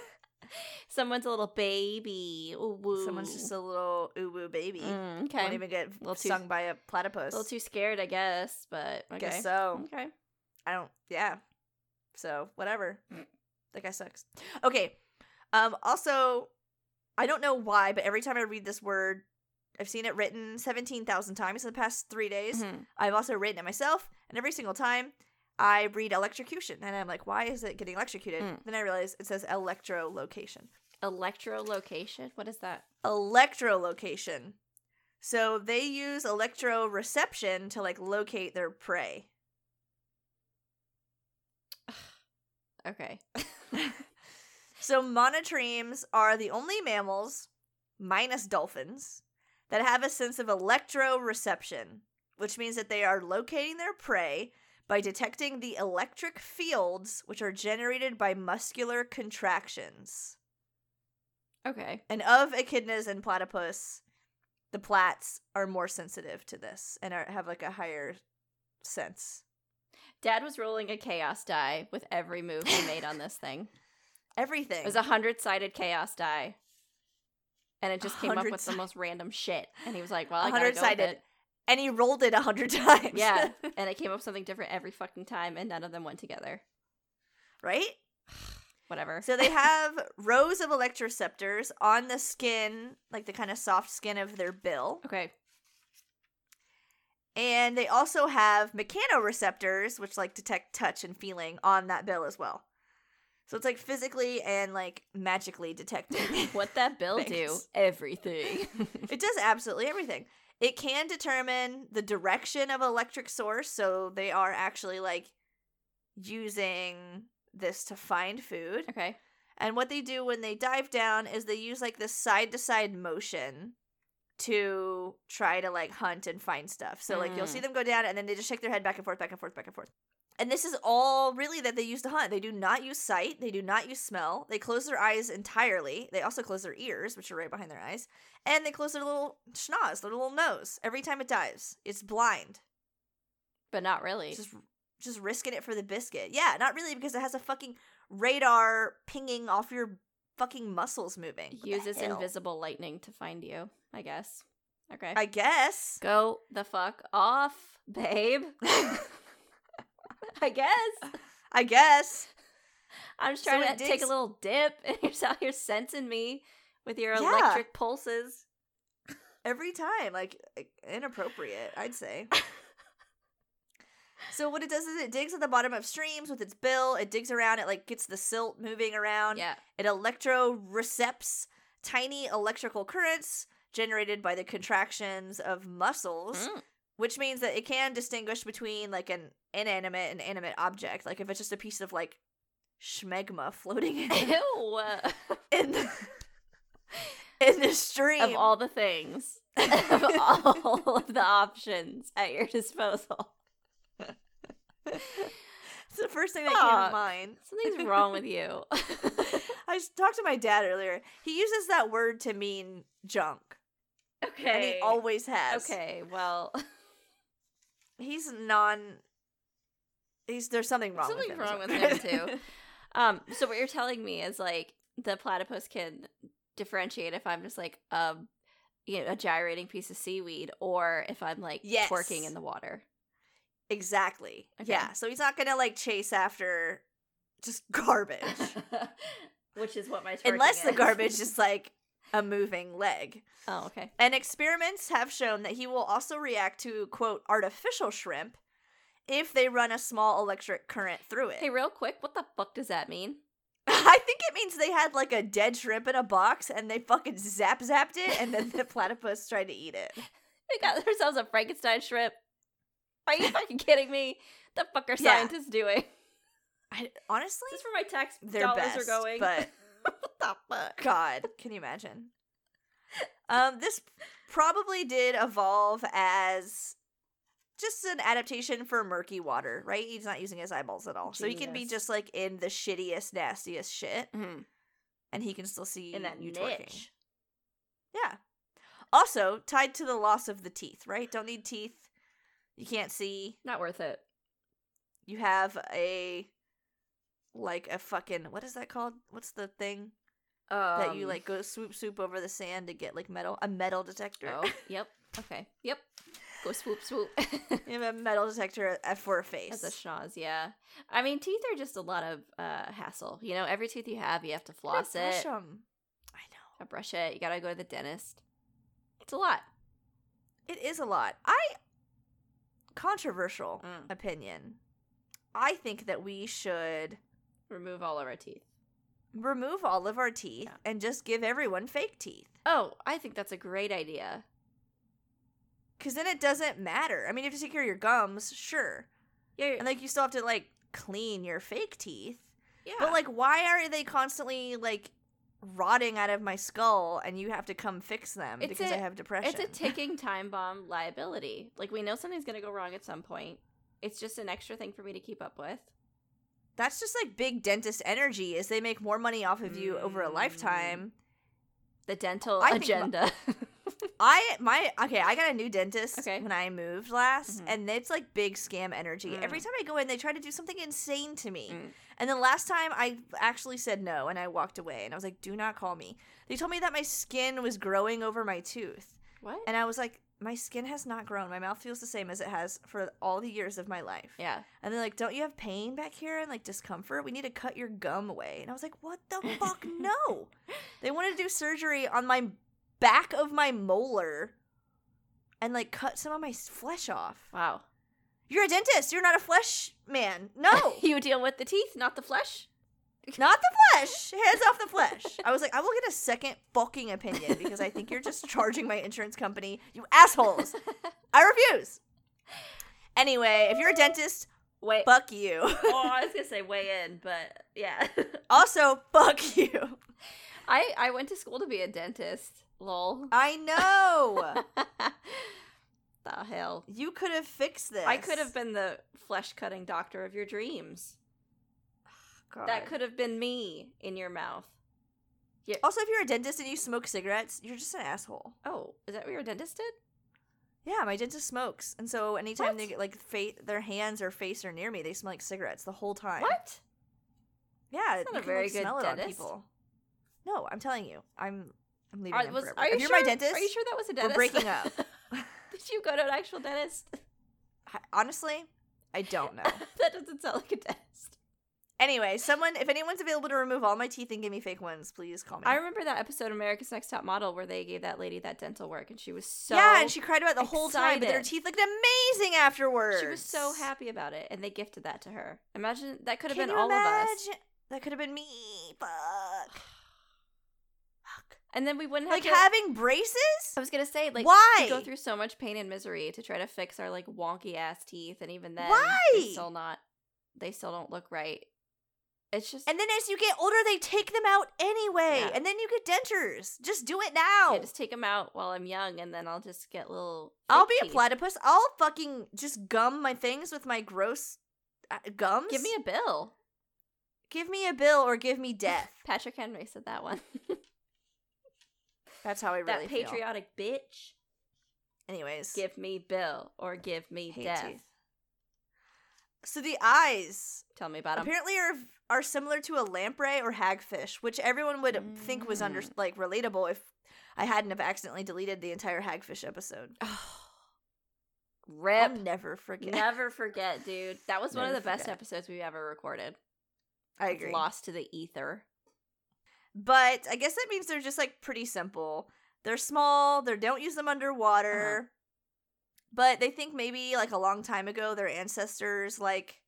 Someone's a little baby. Ooh, woo. Someone's just a little oooo baby. Mm, okay. Won't even get Little too- stung by a platypus. a little too scared, I guess, but okay. Guess so. Okay. I don't. Yeah. So whatever. Mm. that guy sucks. Okay. Um. Also, I don't know why, but every time I read this word, I've seen it written seventeen thousand times in the past three days. Mhm. I've also written it myself, and every single time, I read electrocution and I'm like, why is it getting electrocuted? Mm. Then I realize it says electrolocation. Electrolocation? What is that? Electrolocation. So they use electroreception to like locate their prey. Okay. So monotremes are the only mammals, minus dolphins, that have a sense of electroreception, which means that they are locating their prey by detecting the electric fields which are generated by muscular contractions. okay. And of echidnas and platypus, the plats are more sensitive to this and are, have like a higher sense. Dad was rolling a chaos die with every move he made on this thing. Everything. It was a hundred sided chaos die. And it just came up with the 100-sided. most random shit. And he was like, well, I gotta go with 100-sided. it. and he rolled it a hundred [LAUGHS] times. Yeah. and it came up with something different every fucking time and none of them went together. right? Whatever. So they have rows of electroceptors on the skin, like the kind of soft skin of their bill. [LAUGHS] okay. And they also have mechanoreceptors, which like detect touch and feeling on that bill as well. So it's like physically and like magically detecting. [LAUGHS] What that bill do? Thanks. Everything. it does absolutely everything. It can determine the direction of electric source, so they are actually like using this to find food. [LAUGHS] okay. And what they do when they dive down is they use like this side to side motion to try to like hunt and find stuff. So like you'll Mm. see them go down and then they just shake their head back and forth, back and forth, back and forth. And this is all really that they use to hunt. They do not use sight, they do not use smell. They close their eyes entirely. They also close their ears, which are right behind their eyes, and they close their little schnoz, their little nose every time it dives. It's blind. But not really. Just just risking it for the biscuit. Yeah, not really because it has a fucking radar pinging off your fucking muscles moving. What the uses hell? invisible lightning to find you, I guess. Okay. I guess. Go the fuck off, babe. [LAUGHS] I guess. I guess. I'm just So trying to it take a digs- little dip [LAUGHS] and you're just out here sensing me with your Yeah. electric pulses. Every time, like inappropriate, I'd say. so what it does is it digs at the bottom of streams with its bill. It digs around. It like gets the silt moving around. Yeah. It electrorecepts tiny electrical currents generated by the contractions of muscles. Mm. which means that it can distinguish between like an inanimate and animate object. Like if it's just a piece of like schmegma floating in, [LAUGHS] the- Mm. [LAUGHS] Ew. in the in the stream. of all the things, [LAUGHS] of all of the options at your disposal. [LAUGHS] it's the first thing that came Fuck. to mind. Something's wrong with you. [LAUGHS] I s- talked to my dad earlier. He uses that word to mean junk, okay. and he always has. okay, well, [LAUGHS] he's non. He's there's something wrong. with something him, wrong with somewhere. him too. Um, so what you're telling me is like the platypus can differentiate if I'm just like um you know, a gyrating piece of seaweed or if I'm like Yes. twerking in the water. [LAUGHS] exactly. Okay. Yeah. So he's not gonna like chase after just garbage. [LAUGHS] Which is what my twerking unless the is. [LAUGHS] garbage is like a moving leg. Oh, okay. And experiments have shown that he will also react to quote artificial shrimp if they run a small electric current through it. Hey, real quick, what the fuck does that mean? [LAUGHS] I think it means they had like a dead shrimp in a box and they fucking zap zapped it and then the [LAUGHS] platypus tried to eat it. They got themselves a Frankenstein shrimp. Are [LAUGHS] you fucking kidding me? The fuck are Yeah. scientists doing? [LAUGHS] I, honestly, This is where my tax Their dollars are best, going. but- [LAUGHS] what the fuck? God, can you imagine? Um, this probably did evolve as just an adaptation for murky water, right? He's not using his eyeballs at all, so he can be Genius. just like in the shittiest, nastiest shit, Mhm. and he can still see In that you niche. twerking. Yeah. Also tied to the loss of the teeth, right? Don't need teeth. You can't see. Not worth it. You have a like a fucking what is that called? What's the thing? Um, that you like go swoop swoop over the sand to get like metal a metal detector. Oh, yep. Okay. Yep. Go swoop swoop. [LAUGHS] [LAUGHS] You have a metal detector at- for a face. That's a schnoz, yeah. I mean, teeth are just a lot of uh, hassle. You know, every tooth you have, you have to Gotta floss brush it, 'em. I know gotta brush it. You gotta go to the dentist. It's a lot. it is a lot. I controversial Mm. opinion. I think that we should Remove all of our teeth. remove all of our teeth Yeah. and just give everyone fake teeth. Oh, I think that's a great idea. Because then it doesn't matter. I mean, if you secure your gums, sure. Yeah, And like you still have to like clean your fake teeth. yeah. But like, why are they constantly like rotting out of my skull and you have to come fix them It's because a- I have depression? [LAUGHS] it's a ticking time bomb liability. Like we know something's gonna go wrong at some point. It's just an extra thing for me to keep up with. That's just like big dentist energy is they make more money off of you over a Mm. lifetime. The dental I think my- agenda. [LAUGHS] I my okay, I got a new dentist Okay. when I moved last Mhm. and it's like big scam energy. Mm. Every time I go in they try to do something insane to me. Mm. And then last time I actually said no and I walked away and I was like, "Do not call me." They told me that my skin was growing over my tooth. what? And I was like, my skin has not grown. My mouth feels the same as it has for all the years of my life. yeah. And they're like, don't you have pain back here and like discomfort? We need to cut your gum away. And I was like, what the [LAUGHS] fuck? No. They wanted to do surgery on my back of my molar and like cut some of my s- flesh off. Wow. You're a dentist. You're not a flesh man. No. [LAUGHS] you deal with the teeth, not the flesh. Not the flesh. Hands off the flesh. I was like, I will get a second fucking opinion because I think you're just charging my insurance company. You assholes. I refuse. Anyway, if you're a dentist, Wait. fuck you. [LAUGHS] oh, I was gonna say weigh in, but yeah. [LAUGHS] Also, fuck you. I I went to school to be a dentist. Lol. I Uh. know. [LAUGHS] the hell. you could have fixed this. I could have been the flesh cutting doctor of your dreams. God. That could have been me in your mouth. Also, if you're a dentist and you smoke cigarettes, you're just an asshole. Oh, is that what your dentist did? Yeah, my dentist smokes, and so anytime What? they get like fa- their hands or face are near me, they smell like cigarettes the whole time. What? Yeah, not you a can, very like, good smell it on dentist. people. No, I'm telling you, I'm I'm leaving Are, them was, forever. are you if you're sure? my dentist, Are you sure that was a we're dentist? breaking up. [LAUGHS] did you go to an actual dentist? I- honestly, I don't [LAUGHS] know. that doesn't sound like a dentist. Anyway, someone, if anyone's available to remove all my teeth and give me fake ones, please call me. I remember that episode of America's Next Top Model where they gave that lady that dental work and she was so yeah, and she cried about it the whole time, but then her excited. teeth looked amazing afterwards. she was so happy about it and they gifted that to her. Imagine that could have Can been you all of us. imagine? That could have been me. [SIGHS] Fuck. Fuck. And then we wouldn't have Like to- having braces? I was gonna say, uh, like, Why? we go through so much pain and misery to try to fix our like wonky ass teeth, and even then, Why? they still not, they still don't look right. It's just, And then as you get older, they take them out anyway, Yeah. and then you get dentures. Just do it now. I just take them out while I'm young, and then I'll just get little. I'll be fake a teeth. platypus. I'll fucking just gum my things with my gross uh, gums. Give me a bill. give me a bill or give me [LAUGHS] death. Patrick Henry said that one. [LAUGHS] That's how I really that feel. patriotic bitch. Anyways, Give me bill or give me hate death. teeth. So the eyes Tell me [SIGHS] about them. apparently are are similar to a lamprey or hagfish, which everyone would think was Mm. under like relatable if I hadn't have accidentally deleted the entire hagfish episode. Rip. [LAUGHS] I'll never forget. Never forget, dude. That was one of Never the best forget. episodes we've ever recorded. I It's agree. Lost to the ether. But I guess that means they're just like pretty simple. They're small, they don't use Uh-huh. them underwater. But they think maybe like a long time ago their ancestors like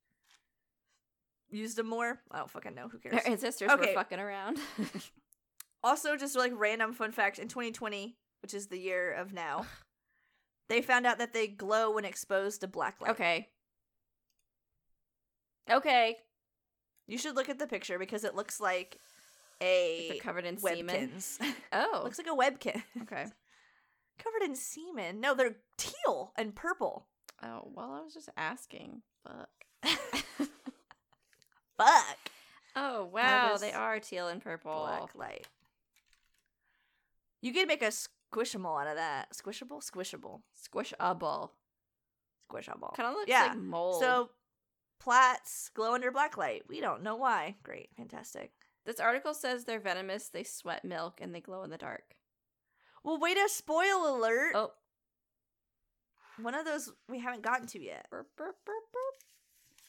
used them more. I don't fucking know. Who cares? Our ancestors Okay. were fucking around. [LAUGHS] Also, just like random fun fact in 2020, which is the year of now, they found out that they glow when exposed to black light. okay. Okay. You should look at the picture because it looks like If a they're covered in semen. webkins. [LAUGHS] Oh. looks like a webkin. [LAUGHS] okay. Covered in semen. No, they're teal and purple. Oh, well, I was just asking. Fuck. Fuck. oh, wow. is They are teal and purple. Black light. You could make a squishable out of that. Squishable? Squishable. Squish a ball. Squishable. Kind of looks Yeah. like mold. So, plats glow under black light. We don't know why. Great. Fantastic. this article says they're venomous, they sweat milk, and they glow in the dark. Well, wait a spoil alert. Oh. One of those we haven't gotten to yet. Burp, burp, burp, burp.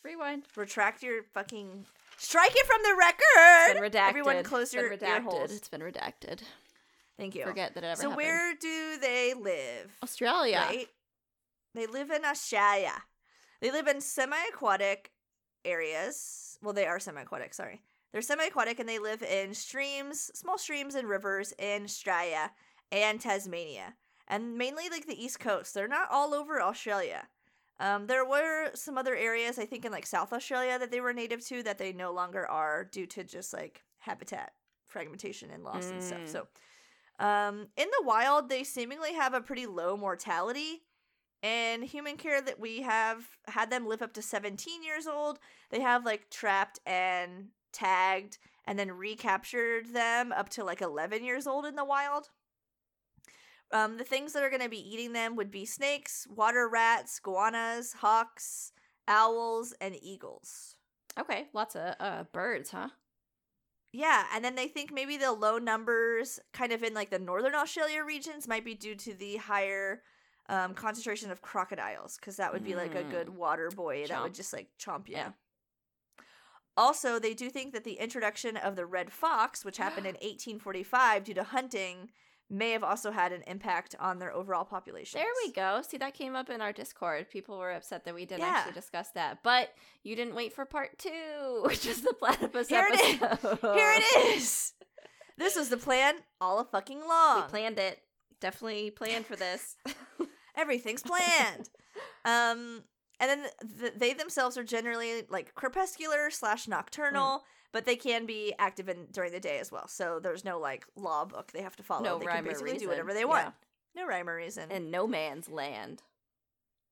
Rewind. Retract your fucking. Strike it from the record. It's been redacted. Everyone, close It's been your redacted. ear holes. It's been redacted. Thank you. Forget that it ever so happened. where do they live? Australia. Right? They live in Australia. They live in semi-aquatic areas. Well, they are semi aquatic, sorry. They're semi aquatic and they live in streams, small streams, and rivers in Australia and Tasmania, and mainly like the East Coast. They're not all over Australia. Um, there were some other areas, I think, in like South Australia that they were native to that they no longer are due to just like habitat fragmentation and loss and stuff. Mm. So, um, in the wild, they seemingly have a pretty low mortality. In human care, that we have had them live up to 17 years old. They have like trapped and tagged and then recaptured them up to like 11 years old in the wild. Um, the things that are going to be eating them would be snakes, water rats, guanas, hawks, owls, and eagles. Okay, lots of uh, birds, huh? Yeah, and then they think maybe the low numbers, kind of in like the northern Australia regions, might be due to the higher um, concentration of crocodiles, because that would be like a good water boy that would Mm. Chomp. just like chomp you. Yeah. Also, they do think that the introduction of the red fox, which happened [GASPS] in 1845 due to hunting, may have also had an impact on their overall population. There we go. See, that came up in our Discord. People were upset that we didn't Yeah. actually discuss that, but you didn't wait for part two, [LAUGHS] which is the platypus Here it is. episode. Here Uh. it is. this was the plan all a fucking long. [LAUGHS] We planned it. Definitely planned for this. [LAUGHS] Everything's planned. um, and then th- they themselves are generally like crepuscular slash nocturnal, Mm. but they can be active in during the day as well. So there's no like law book they have to [LAUGHS] follow. no they rhyme can or basically reason. do whatever they Yeah. want. No rhyme or reason. And, And no man's land.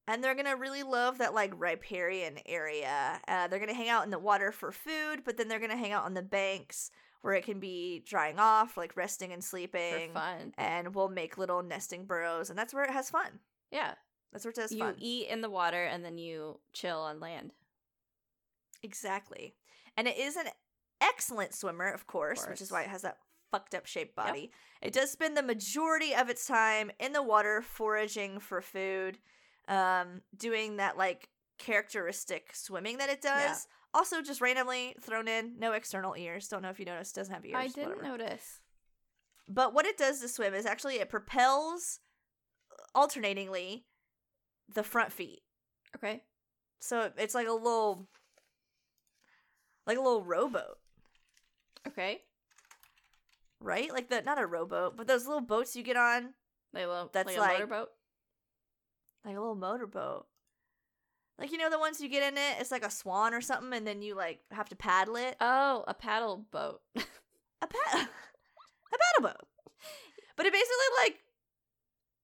they're gonna really love that like riparian area. Uh, they're gonna hang out in the water for food, but then they're gonna hang out on the banks where it can be drying off, like resting and sleeping. For fun. and we'll make little nesting burrows, and that's where it has fun. Yeah. That's where it has you fun. eat in the water and then you chill on land. exactly. And it is an excellent swimmer, of course, which is course. why it has that fucked up shaped body. It does spend the majority of its time in the water foraging for food, um, doing that like characteristic swimming that it does. Yeah. Also, just randomly thrown in, no external ears. Don't know if you noticed, doesn't have ears. I didn't whatever. notice. But what it does to swim is actually it propels uh, alternatingly the front feet. Okay. So it- it's like a little like a little rowboat, Okay. right? Like the not a rowboat, but those little boats you get on, Like a little, That's like a like- motorboat. like a little motorboat. Like you know the ones you get in it, it's like a swan or something and then you like have to paddle it. Oh, a paddle boat. [LAUGHS] a pat [LAUGHS] a paddle boat. But it basically like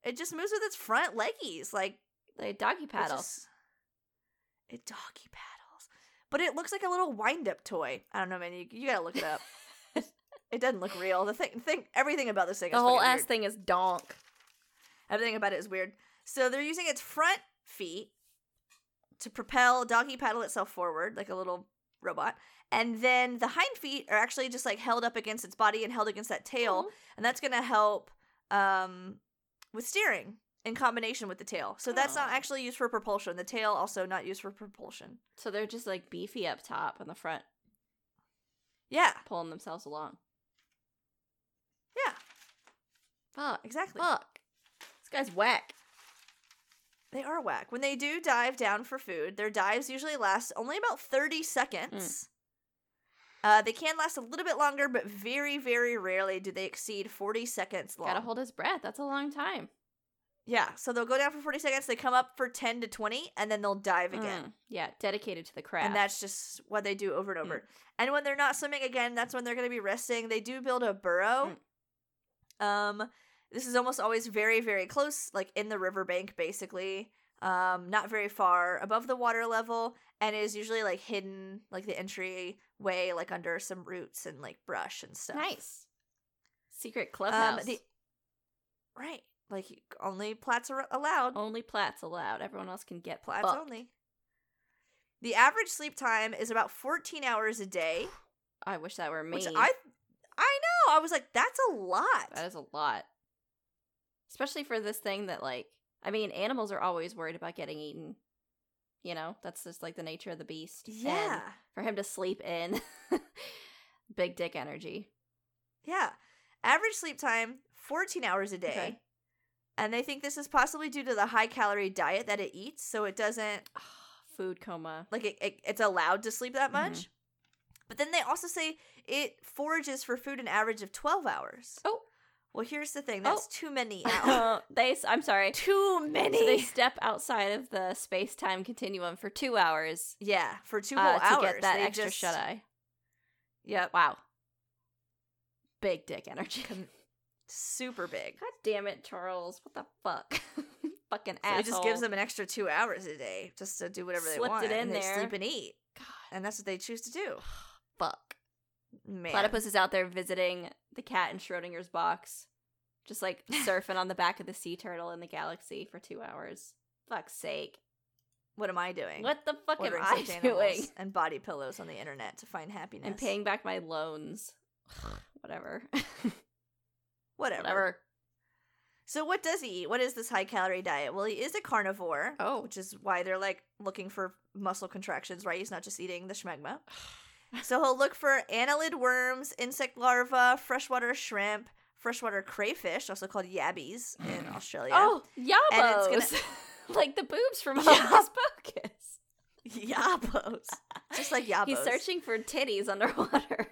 it just moves with its front leggies, like like doggy It's paddle. just- It doggy paddles, but it looks like a little wind-up toy. I don't know, man. You, you gotta look it up. it doesn't look real. The thing, thing, everything about this thing. The is whole fucking ass weird. thing is donk. Everything about it is weird. So they're using its front feet to propel doggy paddle itself forward like a little robot, and then the hind feet are actually just like held up against its body and held against that tail, and that's gonna help um, with steering in combination with the tail. So that's not Oh. actually used for propulsion. The tail also not used for propulsion. So they're just like beefy up top on the front, Yeah, pulling themselves along. yeah, Fuck. exactly. Fuck. This guy's whack. They are whack. When they do dive down for food, their dives usually last only about 30 Hmm. seconds. Uh, they can last a little bit longer, but very, very rarely do they exceed 40 seconds long. Gotta hold his breath. That's a long time. yeah, so they'll go down for 40 seconds, they come up for 10 to 20, and then they'll dive again. Mm. Yeah, dedicated to the craft. And that's just what they do over and over. And when they're not swimming again, that's when they're going to be resting. They do build a burrow. Um, this is almost always very, very close, like in the riverbank, basically. Um, not very far above the water level, and is usually like hidden, like the entryway, like under some roots and like brush and stuff. Um, nice. Secret clubhouse. the- right? Like only plats are allowed. Only plats allowed. Everyone else can get Plats plats only. The average sleep time is about 14 hours a day. I wish that were me. Which I I know. I was like, that's a That lot. is a lot. Especially for this thing that like I mean, animals are always worried about getting eaten. You know, that's just like the nature of the beast. And Yeah. for him to sleep in [LAUGHS] big dick energy. Yeah. Average sleep time, 14 hours a day. Okay. And they think this is possibly due to the high calorie diet that it eats, so it doesn't [SIGHS] food coma. like it, it, it's allowed to sleep that Mhm. much but then they also say it forages for food an average of 12 hours Oh. well here's the thing Oh. that's too [LAUGHS] many hours they, s- I'm sorry. too many So they step outside of the space time continuum for two hours yeah for two whole uh, to hours get that They extra just- shut eye. yep Wow. Big dick energy. [LAUGHS] God super big damn it, Charles. What the fuck? [LAUGHS] Fucking so asshole. it just gives them an extra two hours a day just to do whatever they Slipped want it in and there. they sleep and eat God, and that's what they choose to do fuck. man Platypus is out there visiting the cat in Schrodinger's box, just [LAUGHS] like surfing on the back of the sea turtle in the galaxy for two hours. Fuck's sake. what am i doing What the fuck am Ordering I stuffed animals [LAUGHS] doing? and body pillows on the internet to find happiness And paying back my loans. [SIGHS] Whatever. [LAUGHS] whatever. Whatever. so what does he eat what is this high calorie diet well he is a carnivore Oh. which is why they're like looking for muscle contractions, right? He's not just eating the [SIGHS] schmegma. so he'll look for annelid worms, insect larvae, freshwater shrimp, freshwater crayfish, also called yabbies [GASPS] in Australia. [LAUGHS] Oh, And yabos. it's [LAUGHS] [LAUGHS] like the boobs from Yeah. Hocus Pocus. yabbos. Just [LAUGHS] like yabbos. He's searching for titties [LAUGHS] underwater.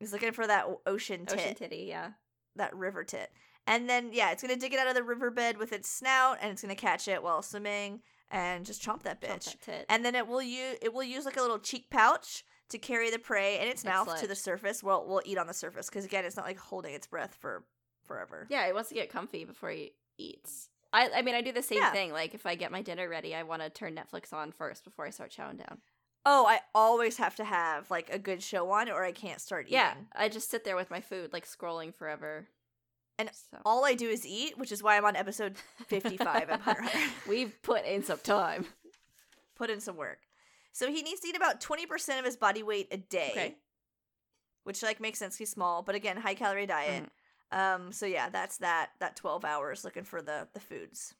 He's looking for that o- ocean tit, Ocean titty, yeah. that river tit. And then, yeah, it's going to dig it out of the riverbed with its snout and it's going to catch it while swimming and just chomp that bitch. Chomp that tit. and then it will use it will use like a little cheek pouch to carry the prey in its mouth to Excellent. the surface. Well, we'll eat on the surface because again, it's not like holding its breath for forever. Yeah, he wants to get comfy before he eats. I, I mean, I do the same Yeah. thing. Like, if I get my dinner ready, I want to turn Netflix on first before I start chowing down. Oh, I always have to have like a good show on, or I can't start eating. Yeah, I just sit there with my food, like scrolling forever. And so. All I do is eat, which is why I'm on episode 55 of Hunter x [LAUGHS] Hunter. [LAUGHS] We've put in some time. Put in some work. So he needs to eat about 20% of his body weight a day, Okay. which like makes sense. He's small, but again, high calorie diet. Mm-hmm. Um, so yeah, that's that that 12 hours looking for the the foods.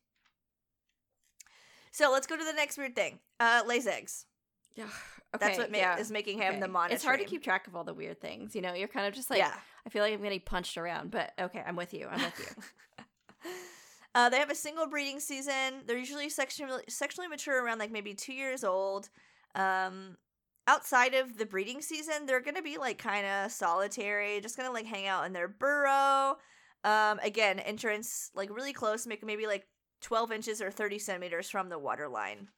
So let's go to the next weird thing. Uh lays eggs. Yeah. That's what ma- is making him the monitor. It's hard to keep track of all the weird things. You know, you're kind of just like, yeah. I feel like I'm getting punched around, but okay, I'm with you. I'm with you. Uh, they have a single breeding season. They're usually sexually sexually mature around like maybe two years old. Um, outside of the breeding season, they're gonna be like kind of solitary, just gonna like hang out in their burrow. Um, again, entrance like really close, make maybe like twelve inches or thirty centimeters from the water line.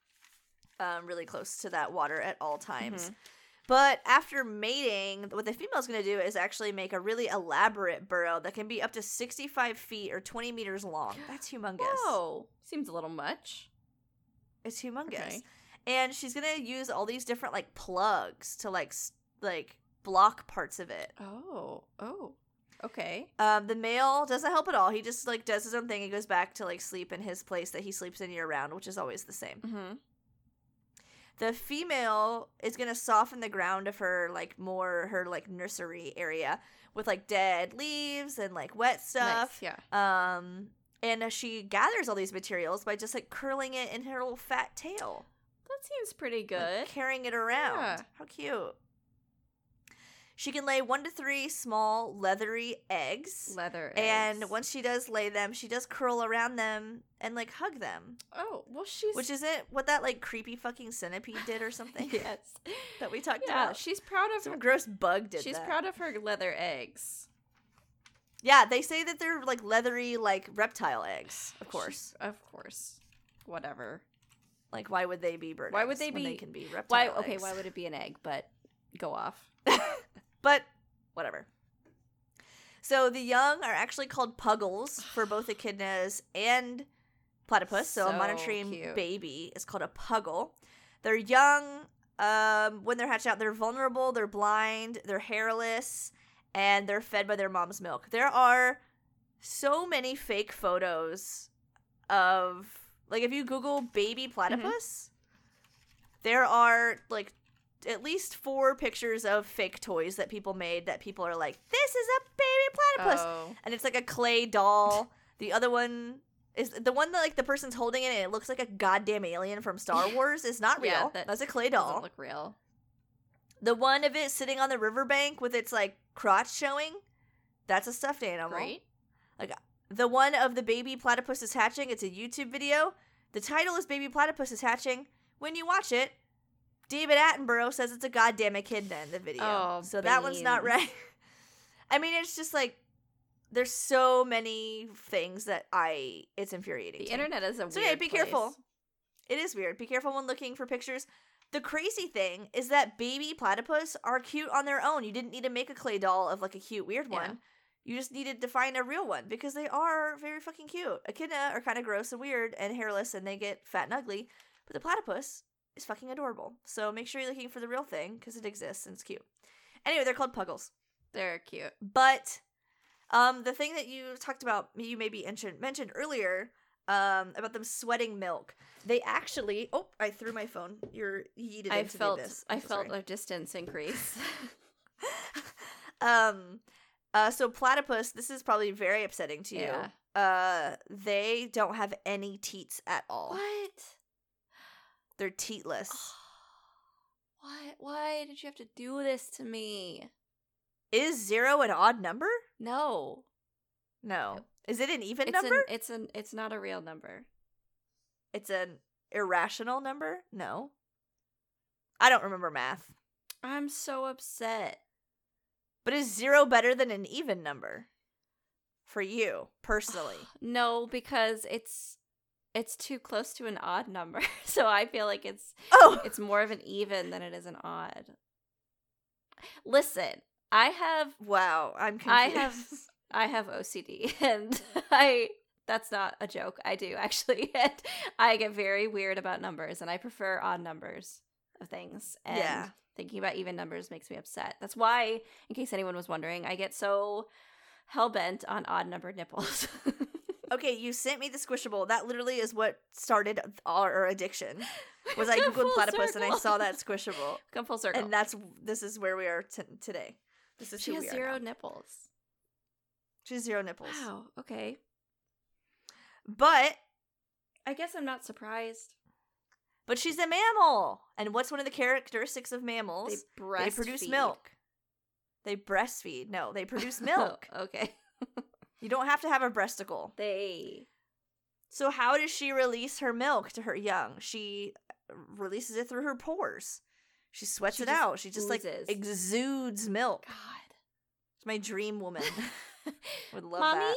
Um, really close to that water at all times. Mhm. But after mating, what the female's going to do is actually make a really elaborate burrow that can be up to 65 feet or 20 meters long. That's humongous. Whoa. Seems a little much. It's humongous. Okay. And she's going to use all these different like plugs to like s- like block parts of it. Oh. Oh. Okay. Um, the male doesn't help at all. He just like does his own thing and goes back to like sleep in his place that he sleeps in year round, which is always the same. Mm-hmm. the female is going to soften the ground of her like more her like nursery area with like dead leaves and like wet stuff Nice. Yeah. um and she gathers all these materials by just like curling it in her little fat tail That seems pretty like, good. carrying it around Yeah. how cute she can lay one to three small leathery eggs Leather. and eggs. once she does lay them she does curl around them and like hug them Oh, well, [LAUGHS] she's [LAUGHS] which isn't what that like creepy fucking centipede did or something yes. that we talked Yeah, about. she's proud of Some her. gross bug did She's that. proud of her leather eggs. Yeah, they say that they're like leathery, like reptile eggs. Of She's- course. of course. Whatever. Like, why would they be bird? Why would eggs they when They be- can be reptile. Why? Okay. eggs? Why would it be an egg? But go off. But whatever. So the young are actually called puggles for both echidnas and platypus. So, So a monotremes cute. baby is called a puggle. They're young. Um, when they're hatched out, they're vulnerable. They're blind. They're hairless, and they're fed by their mom's milk. There are so many fake photos of like if you Google Mm-hmm. baby platypus, there are like at least four pictures of fake toys that people made that people are like, this is a baby platypus. Oh. And it's like a clay doll. the other one is the one that like the person's holding it and it looks like a goddamn alien from [LAUGHS] Star Wars is not real. Yeah, that That's a clay doll. Doesn't look real. the one of it sitting on the riverbank with its like crotch showing, that's a stuffed animal. Great. The one of the baby platypus is hatching, it's a YouTube video. The title is Baby Platypus is Hatching. when you watch it, David Attenborough says it's a goddamn echidna in the video. Oh, so that one's not beans. right. [LAUGHS] I mean, it's just like there's so many things that I it's infuriating. The to me. internet is a So, yeah, weird. be careful. place. It is weird. Be careful when looking for pictures. The crazy thing is that baby platypus are cute on their own. You didn't need to make a clay doll of like a cute weird Yeah. one. You just needed to find a real one because they are very fucking cute. Echidna are kind of gross and weird and hairless and they get fat and ugly, but the platypus is fucking adorable. So make sure you're looking for the real thing because it exists and it's cute. Anyway, they're called puggles. They're cute. But um, the thing that you talked about, you maybe ention- mentioned earlier um, about them sweating milk. They actually. Oh, I theyrew my phone. You're yeeted I into the felt abyss. I'm I so felt sorry. a [LAUGHS] distance increase. [LAUGHS] um. Uh, so platypus, this is probably very upsetting to you. Yeah. Uh, they don't have any teats at all. what? They're teatless. [GASPS] Why? Why did you have to do this to me? Is zero an odd number? No, No. Is it an even it's number? an it's an it's not a real number. it's an irrational number? No. I don't remember math. I'm so upset. But is zero better than an even number? For you personally, [SIGHS] No, because it's it's too close to an odd number. [LAUGHS] So I feel like it's oh, it's more of an even than it is an odd. Listen, I have wow! I'm confused. [LAUGHS] I have- I have OCD [LAUGHS] and I that's not a joke. I do actually. [LAUGHS] And I get very weird about numbers and I prefer odd numbers of things. And Yeah. thinking about even numbers makes me upset. That's why, in case anyone was wondering, I get so hell bent on odd numbered nipples. [LAUGHS] okay. You sent me the squishable. That literally is what started our, our addiction. Was [LAUGHS] I Come googled full platypus and I circle. saw [LAUGHS] that squishable, Come full circle. and that's this is where we are t- today. This is she who has we are zero now. nipples. She has zero nipples, Wow. Okay. but I guess I'm not surprised. but she's a mammal. And what's one of the characteristics of mammals? They, they produce breastfeed. milk. They breastfeed. No, they [LAUGHS] produce milk. Oh, okay. You don't have to have a breasticle. They. So how does she release her milk to her young? She uh, releases it through her pores. She sweats She it just out. She just like oozes. exudes milk. God. It's my dream [LAUGHS] woman. [LAUGHS] Would love Mommy. that.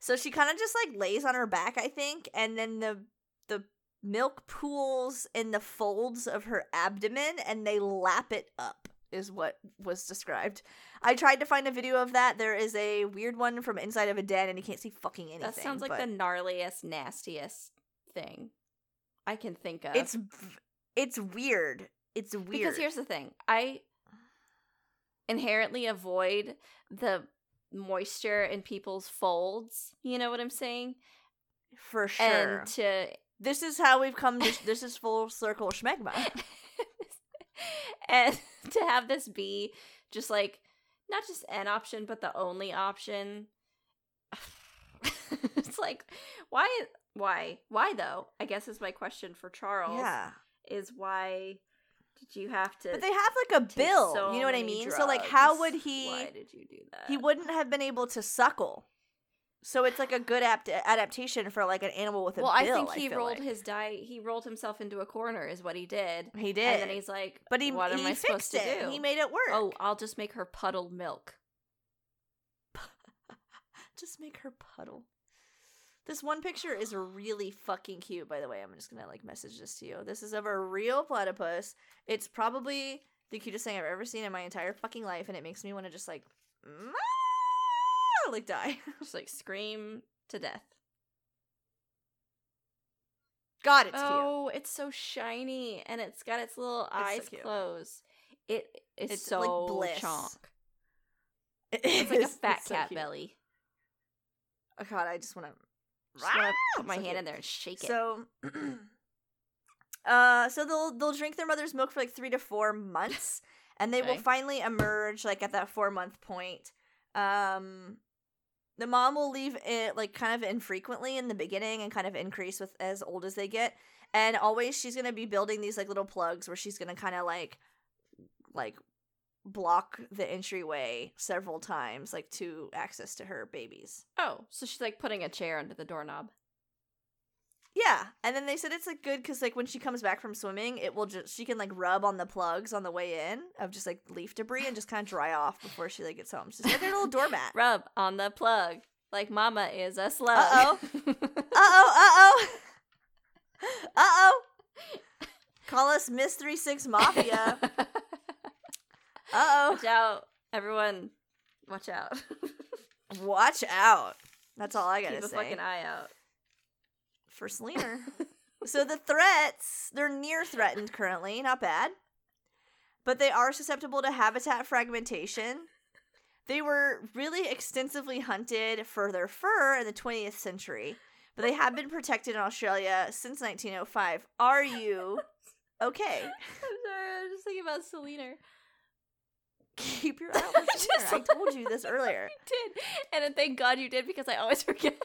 So she kind of just like lays on her back, I think, and then the the milk pools in the folds of her abdomen and they lap it up is what was described. I tried to find a video of that. There is a weird one from inside of a den and you can't see fucking anything. That sounds like but- the gnarliest, nastiest thing I can think of. It's v- it's weird. It's weird. because here's the thing: I inherently avoid the moisture in people's folds. You know what I'm saying? for sure. And to this is how we've come to this is full circle [LAUGHS] schmegma. and to have this be just like not just an option but the only option [SIGHS] it's like why why why though i guess is my question for charles Yeah. is why did you have to But they have like a take bill. so you know what I many mean? So like how would drugs? he why did you do that he wouldn't have been able to suckle. So it's like a good apt- adaptation for like an animal with a well i bill. think he feel rolled like. his diet he rolled himself into a corner is what he did He did. and then he's like but he what am he i supposed fixed it. to do He made it work. oh i'll just make her puddle milk just make her puddle. This one picture is really fucking cute, by the way. I'm just gonna like message this to you. This is of a real platypus. It's probably the cutest thing I've ever seen in my entire fucking life, and it makes me want to just like, like die. [LAUGHS] just like scream to death. God, it's cute. oh, it's so shiny and it's got its little so eyes cute. closed. It is It's like so bliss. chonk. [LAUGHS] It It's like a is- fat [LAUGHS] it's so cat cute. belly. Oh, God, I just want Just [LAUGHS] wanna to. put my so hand cute. in there and shake it. So, [CLEARS THROAT] uh, so they'll they'll drink their mother's milk for like three to four months, and they will Okay. finally emerge like at that four month point. Um, the mom will leave it like kind of infrequently in the beginning and kind of increase with as old as they get, and always she's gonna be building these like little plugs where she's gonna kind of like, like block the entryway several times like to access to her babies oh, so she's like putting a chair under the doorknob. Yeah, and then they said it's like good because like when she comes back from swimming, it will just she can like rub on the plugs on the way in of just like leaf debris and just kind of dry off before she like gets home. She's like a little [LAUGHS] doormat. uh Rub on the plug, like Mama is a slug. oh. [LAUGHS] oh, [LAUGHS] uh oh, uh oh. Call us Miss Three Six [LAUGHS] Mafia. Uh Watch out, everyone. Watch out. oh, watch out. That's all I gotta Keep a say. fucking eye out. for Sleener. so the threats, they're near threatened currently, not bad. But they are susceptible to habitat fragmentation. They were really extensively hunted for their fur in the 20th century, but they have been protected in Australia since 1905. Are you okay? I'm sorry, I was just thinking about Selena. [LAUGHS] Keep your eye out for Just- Selena. I told you this earlier. You did, and then thank God you did because I always [LAUGHS] forget.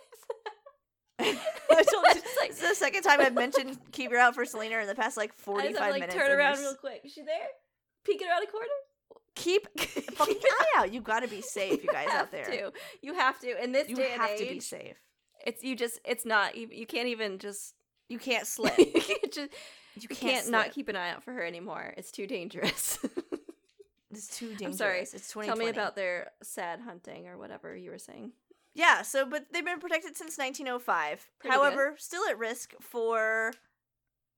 I [LAUGHS] I told you. just, like, It's the second time I've mentioned keep your eye out for Selena in the past like I 45 just have to, like minutes. turn and around you're real quick. Is she there? Peeking around a corner. keep [LAUGHS] [LAUGHS] fucking You eye out. You got to be safe, you [LAUGHS] guys have out there. To. You have to. In this You day and have age, to be safe. it's you just. It's not. You, you can't [LAUGHS] even just. You can't slip. you can't just. You [LAUGHS] You can't, can't not slip. keep an eye out for her anymore. It's too dangerous. [LAUGHS] It's too dangerous. sorry. It's twenty. Tell me about their sad hunting or whatever you were saying. Yeah. So, but they've been protected since 1905. Pretty However, still at risk for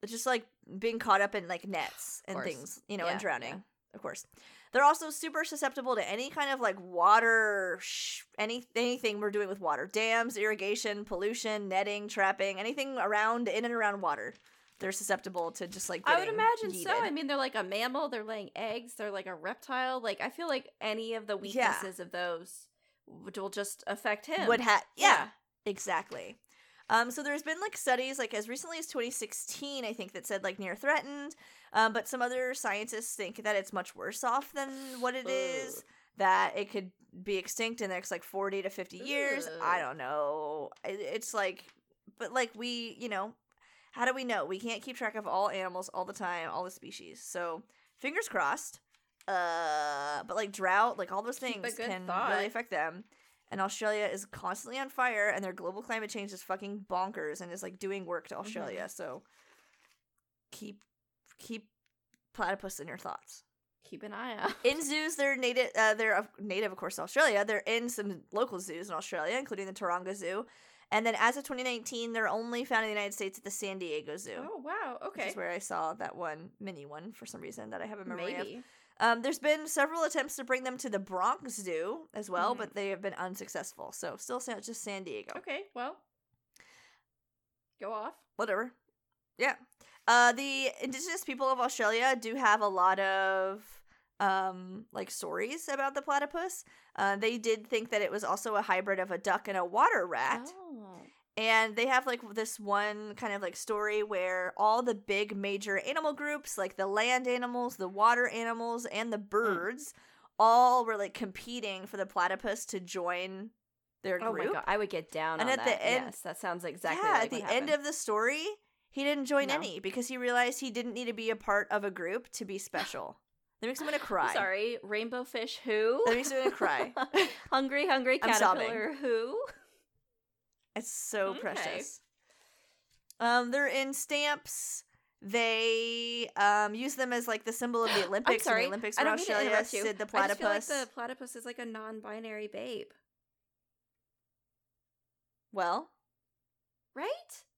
just like being caught up in like nets and course. things, you know, Yeah, and drowning. Of course. They're also super susceptible to any kind of like water, sh- any anything we're doing with water, dams, irrigation, pollution, netting, trapping, anything around in and around water. They're susceptible to just like. I would getting imagine so. yeeted. I mean, they're like a mammal. They're laying eggs. They're like a reptile. Like I feel like any of the weaknesses of those would- will just affect him. would have yeah, exactly um so there's been like studies like as recently as 2016 i think that said like near threatened um but some other scientists think that it's much worse off than what it is Ugh. that it could be extinct in the next like 40 to 50 years i Ugh. don't know It- it's like but like we you know how do we know we can't keep track of all animals all the time all the species so fingers crossed uh but like drought like all those Keep a things good can thought. really affect them and australia is constantly on fire and their global climate change is fucking bonkers and is like doing work Mm-hmm. to australia so keep keep platypus in your thoughts Keep an eye out. in zoos, they're native. Uh, they're of, native, of course, to Australia. They're in some local zoos in Australia, including the Taronga Zoo. And then, as of 2019, they're only found in the United States at the San Diego Zoo, Oh wow. which Okay. is where I saw that one mini one for some reason that I have a memory of. Maybe. Um, there's been several attempts to bring them to the Bronx Zoo as well, Mhm. but they have been unsuccessful. So, still San- just San Diego. Okay. Well. Go off. whatever. Yeah. Uh, the indigenous people of Australia do have a lot of um like stories about the platypus. Uh, they did think that it was also a hybrid of a duck and a water rat. Oh. And they have like this one kind of like story where all the big major animal groups, like the land animals, the water animals, and Hmm. the birds, all were like competing for the platypus to join their Oh group. my god. I would get down. And on at the that. end- yes, that sounds exactly. Yeah, like at the what end happened. of the story, he didn't join No. any because he realized he didn't need to be a part of a group to be special. That makes him gonna cry. [LAUGHS] I'm sorry, rainbow fish. Who? That makes me wanna [LAUGHS] cry. hungry, hungry I'm sobbing. caterpillar. Who? It's so Okay. precious. Um, they're in stamps. They um use them as like the symbol [GASPS] of the Olympics. and sorry, the Olympics I were don't mean to Australia. interrupt you. Sid the I just feel like platypus. the platypus is like a non-binary babe, Well, right?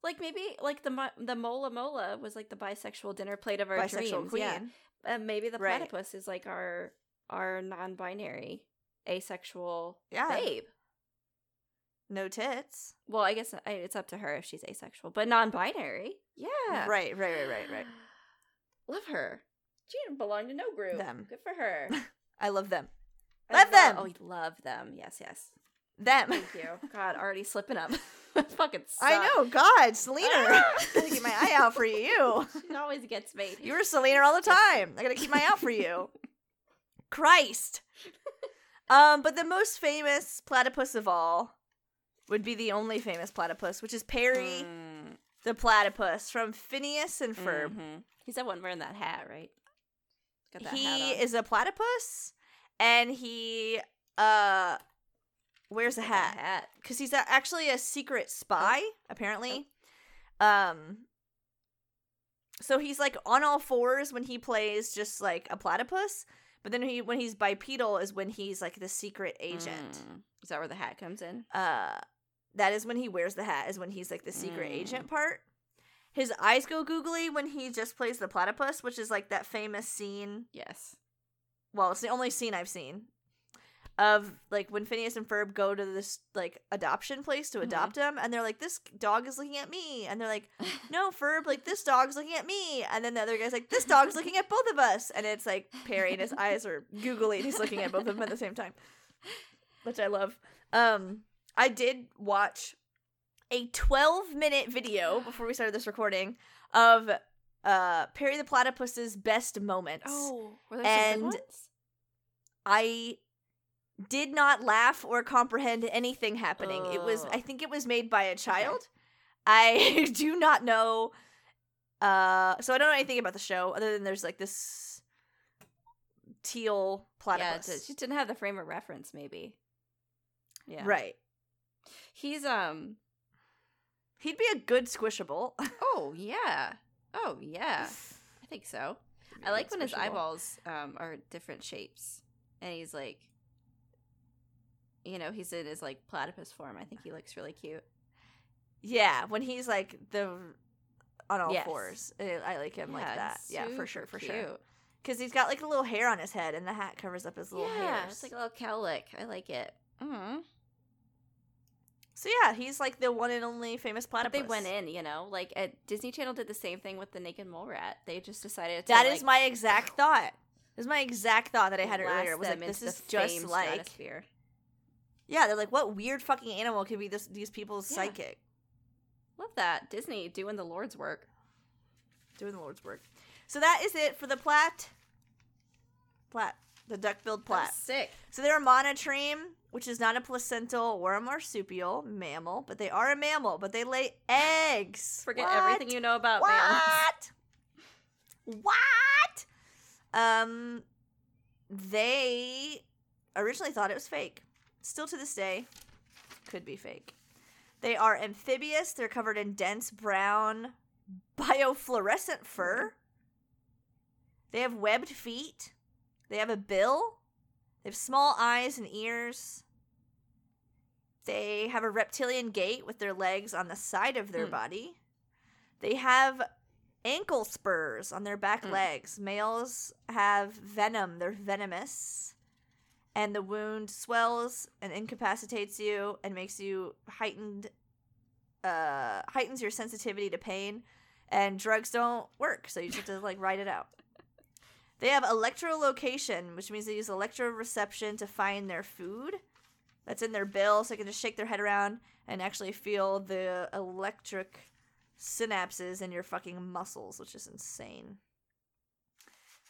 Like maybe like the mo- the mola mola was like the bisexual dinner plate of our bisexual dreams. queen. Yeah, and maybe the Right. platypus is like our our non-binary asexual Yeah. babe. No tits. Well, I guess I- it's up to her if she's asexual, but non-binary. Yeah, Right, right, right, right, right. [SIGHS] Love her. She didn't belong to no group. Them. Good for her. I [LAUGHS] love [LAUGHS] them. I Love them. Oh, we love them. Yes, yes. Them. [LAUGHS] Thank you. God, already slipping up. [LAUGHS] Fucking. I suck. know. [LAUGHS] God, Selena. [LAUGHS] Ah! I gotta get my [LAUGHS] eye out for you. She always gets me. [LAUGHS] You were Selena all the time. I gotta keep my eye out for [LAUGHS] you. Christ. Um, but the most famous platypus of all would be the only famous platypus, which is Perry Mm, the platypus from Phineas and Ferb. mhm. He's that one wearing that hat, right? Got that hat He on. is a platypus, and he uh wears a Got that hat because he's a- actually a secret spy apparently. Um so he's like on all fours when he plays just like a platypus, but then he when he's bipedal is when he's like the secret agent. Mm. Is that where the hat comes in? Uh that is when he wears the hat is when he's like the secret Mm. agent part. His eyes go googly when he just plays the platypus, which is like that famous scene Yes. well, it's the only scene I've seen of like when Phineas and Ferb go to this like adoption place to Mhm. adopt him, and they're like, "This dog is looking at me," and they're like, "No, Ferb, like this dog's looking at me," and then the other guy's like, "This dog's looking at both of us," and it's like Perry and his eyes are googly, and he's looking at both of them at the same time, which I love. Um, I did watch a 12 minute video before we started this recording of uh Perry the Platypus's best moments. [LAUGHS] Oh, were there some good And- ones? I did not laugh or comprehend anything happening. It was Ugh. I think it was made by a child. I [LAUGHS] do not know uh so I don't know anything about the show other than there's like this teal platypus. Yeah, it did- she didn't have the frame of reference, maybe. Yeah. Right. He's um. He'd be a good squishable. [LAUGHS] Oh yeah. Oh yeah. I think so. [LAUGHS] I like when his Squishable. eyeballs um are different shapes, and he's like, you know, he's in his like platypus form. I think he looks really cute. Yeah, when he's like the on all Yes. fours. I I like him like it's that. Yeah, for super sure, for sure. cute. Cuz he's got like a little hair on his head and the hat covers up his little yeah, hairs. it's like a little cowlick. I like it. Mm. So yeah, he's like the one and only famous But platypus. they went in, you know, like at Disney Channel did the same thing with the naked mole rat. They just decided to That is like, my exact thought. This is my exact thought that I had blast earlier. Was like them this into is the just famed like stratosphere. yeah. They're like, what weird fucking animal could be this these people's Yeah. psychic Love that Disney doing the Lord's work. doing the Lord's work? So that is it for the plat. Plat the duck-billed That was plat. sick. So they're a monotreme, which is not a placental or a marsupial mammal, but they are a mammal. But they lay eggs. Forget What? everything you know about mammals. What? What? Um, they originally thought it was fake. Still to this day, could be fake. They are amphibious. They're covered in dense brown biofluorescent fur. They have webbed feet. They have a bill. They have small eyes and ears. They have a reptilian gait with their legs on the side of their Hmm. body. They have ankle spurs on their back Mm. legs. Males have venom, they're venomous. And the wound swells and incapacitates you and makes you heightened uh heightens your sensitivity to pain and drugs don't work, so you just have to like ride it out. They have electrolocation, which means they use electroreception to find their food that's in their bill, so they can just shake their head around and actually feel the electric synapses in your fucking muscles, which is insane.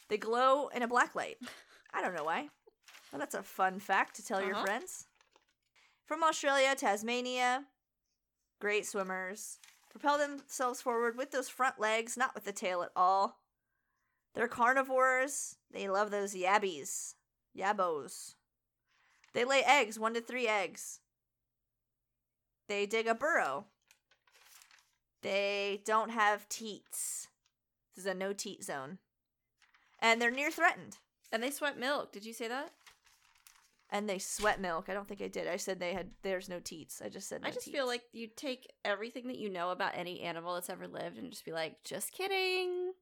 They glow in a black light. I don't know why. Well, that's a fun fact to tell your Uh-huh. friends. From Australia, Tasmania, great swimmers. Propel themselves forward with those front legs, not with the tail at all. They're carnivores. They love those yabbies. Yabos. They lay eggs, one to three eggs. They dig a burrow. They don't have teats. This is a no teat zone. And they're near threatened. And they sweat milk. Did you say that? And they sweat milk. I don't think I did. I said they had there's no teats. I just said no I just teats. feel like you take everything that you know about any animal that's ever lived and just be like, just kidding.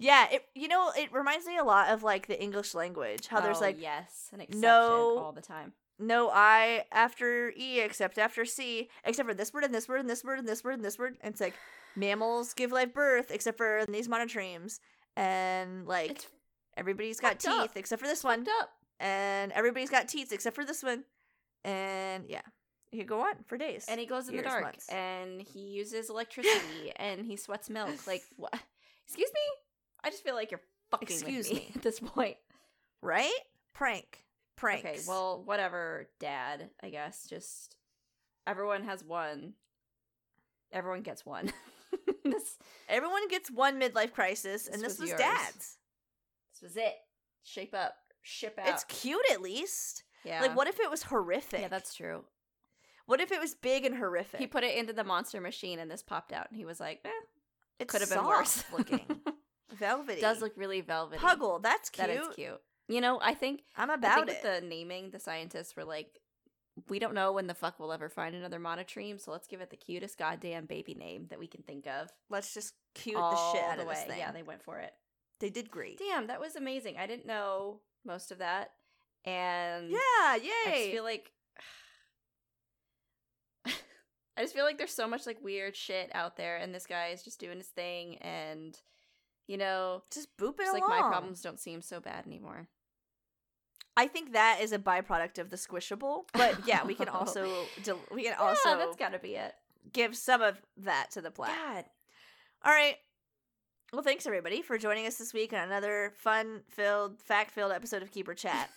Yeah, it you know, it reminds me a lot of like the English language. How there's Oh, like yes, an exception no- all the time. no I after E except after C, except for this word and this word and this word and this word and this word. And it's like mammals give live birth except for these monotremes. And like It's everybody's got fucked up. teeth except for this one. fucked up. And everybody's got teeth except for this one. And yeah. You could go on for days. And he glows in the Years, dark, months. and he [LAUGHS] uses electricity, and he sweats milk. Like what? Excuse me. I just feel like you're fucking Excuse with me, me. [LAUGHS] at this point. right? Prank. Pranks. Okay, well, whatever, Dad. I guess just everyone has one. Everyone gets one. [LAUGHS] this, everyone gets one midlife crisis, and This this was, was yours. dad's. this was it. Shape up. Ship out. It's cute, at least. yeah. Like, what if it was horrific? Yeah, that's true. What if it was big and horrific? He put it into the monster machine and this popped out, and he was like, eh, it could have been worse. [LAUGHS] looking. Velvety. It does look really velvety. Puggle. That's cute. That is cute. You know, I think I'm I about think it. with the naming, the scientists were like, we don't know when the fuck we'll ever find another monotreme, so let's give it the cutest goddamn baby name that we can think of. Let's just cute the all shit out of way. this thing. Yeah, they went for it. They did great. Damn, that was amazing. I didn't know most of that, and Yeah, I just yay. feel like [SIGHS] I just feel like there's so much like weird shit out there, and this guy is just doing his thing, and you know, just boop it just like along. my problems don't seem so bad anymore. I think that is a byproduct of the squishable, but yeah, we [LAUGHS] can also del- we can also Oh. yeah, that's got to be it. give some of that to the plaque. God, All right. Well, thanks everybody for joining us this week on another fun-filled, fact-filled episode of Keeper [LAUGHS] Chat.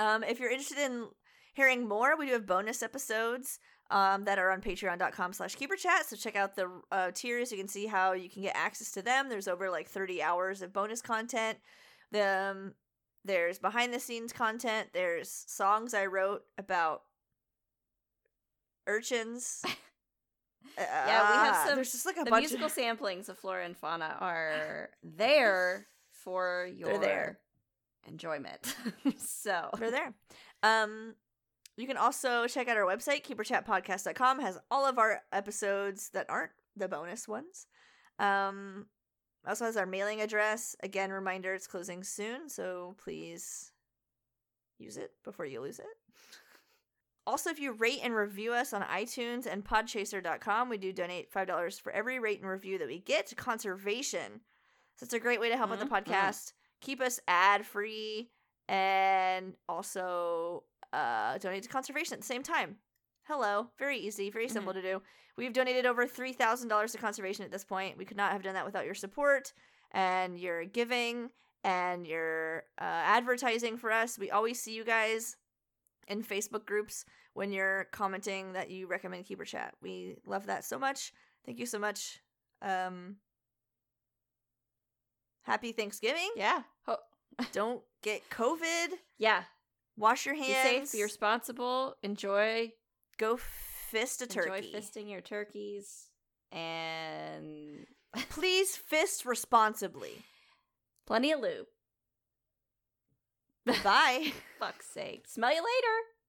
um, if you're interested in hearing more, we do have bonus episodes um, that are on patreon.com slash keeper chat so check out the uh, tiers you can see how you can get access to them there's over like 30 hours of bonus content um, there's behind the scenes content there's songs i wrote about [LAUGHS] urchins Uh, Yeah, we have Ah, some- there's just like a the bunch musical of samplings of flora and fauna are there for your there. enjoyment. [LAUGHS] so they're there. Um, you can also check out our website, keeperchatpodcast.com has all of our episodes that aren't the bonus ones. Um, also has our mailing address. Again, reminder it's closing soon, so please use it before you lose it. [LAUGHS] Also, if you rate and review us on iTunes and podchaser.com, we do donate $5 for every rate and review that we get to conservation. So it's a great way to help out Mhm, the podcast, keep us ad free, and also uh, donate to conservation at the same time. Hello. Very easy, very simple to do. We've donated over $3,000 to conservation at this point. We could not have done that without your support and your giving and your uh, advertising for us. We always see you guys in Facebook groups when you're commenting that you recommend Keeper Chat. We love that so much. Thank you so much. Um, happy [LAUGHS] Thanksgiving. yeah, Ho- Don't get COVID. yeah. Wash your Be hands. safe. Be responsible. Enjoy. Go fist a turkey. Enjoy fisting your turkeys and Please fist [LAUGHS] responsibly. plenty of lube. Bye. Fuck's sake. Smell you later.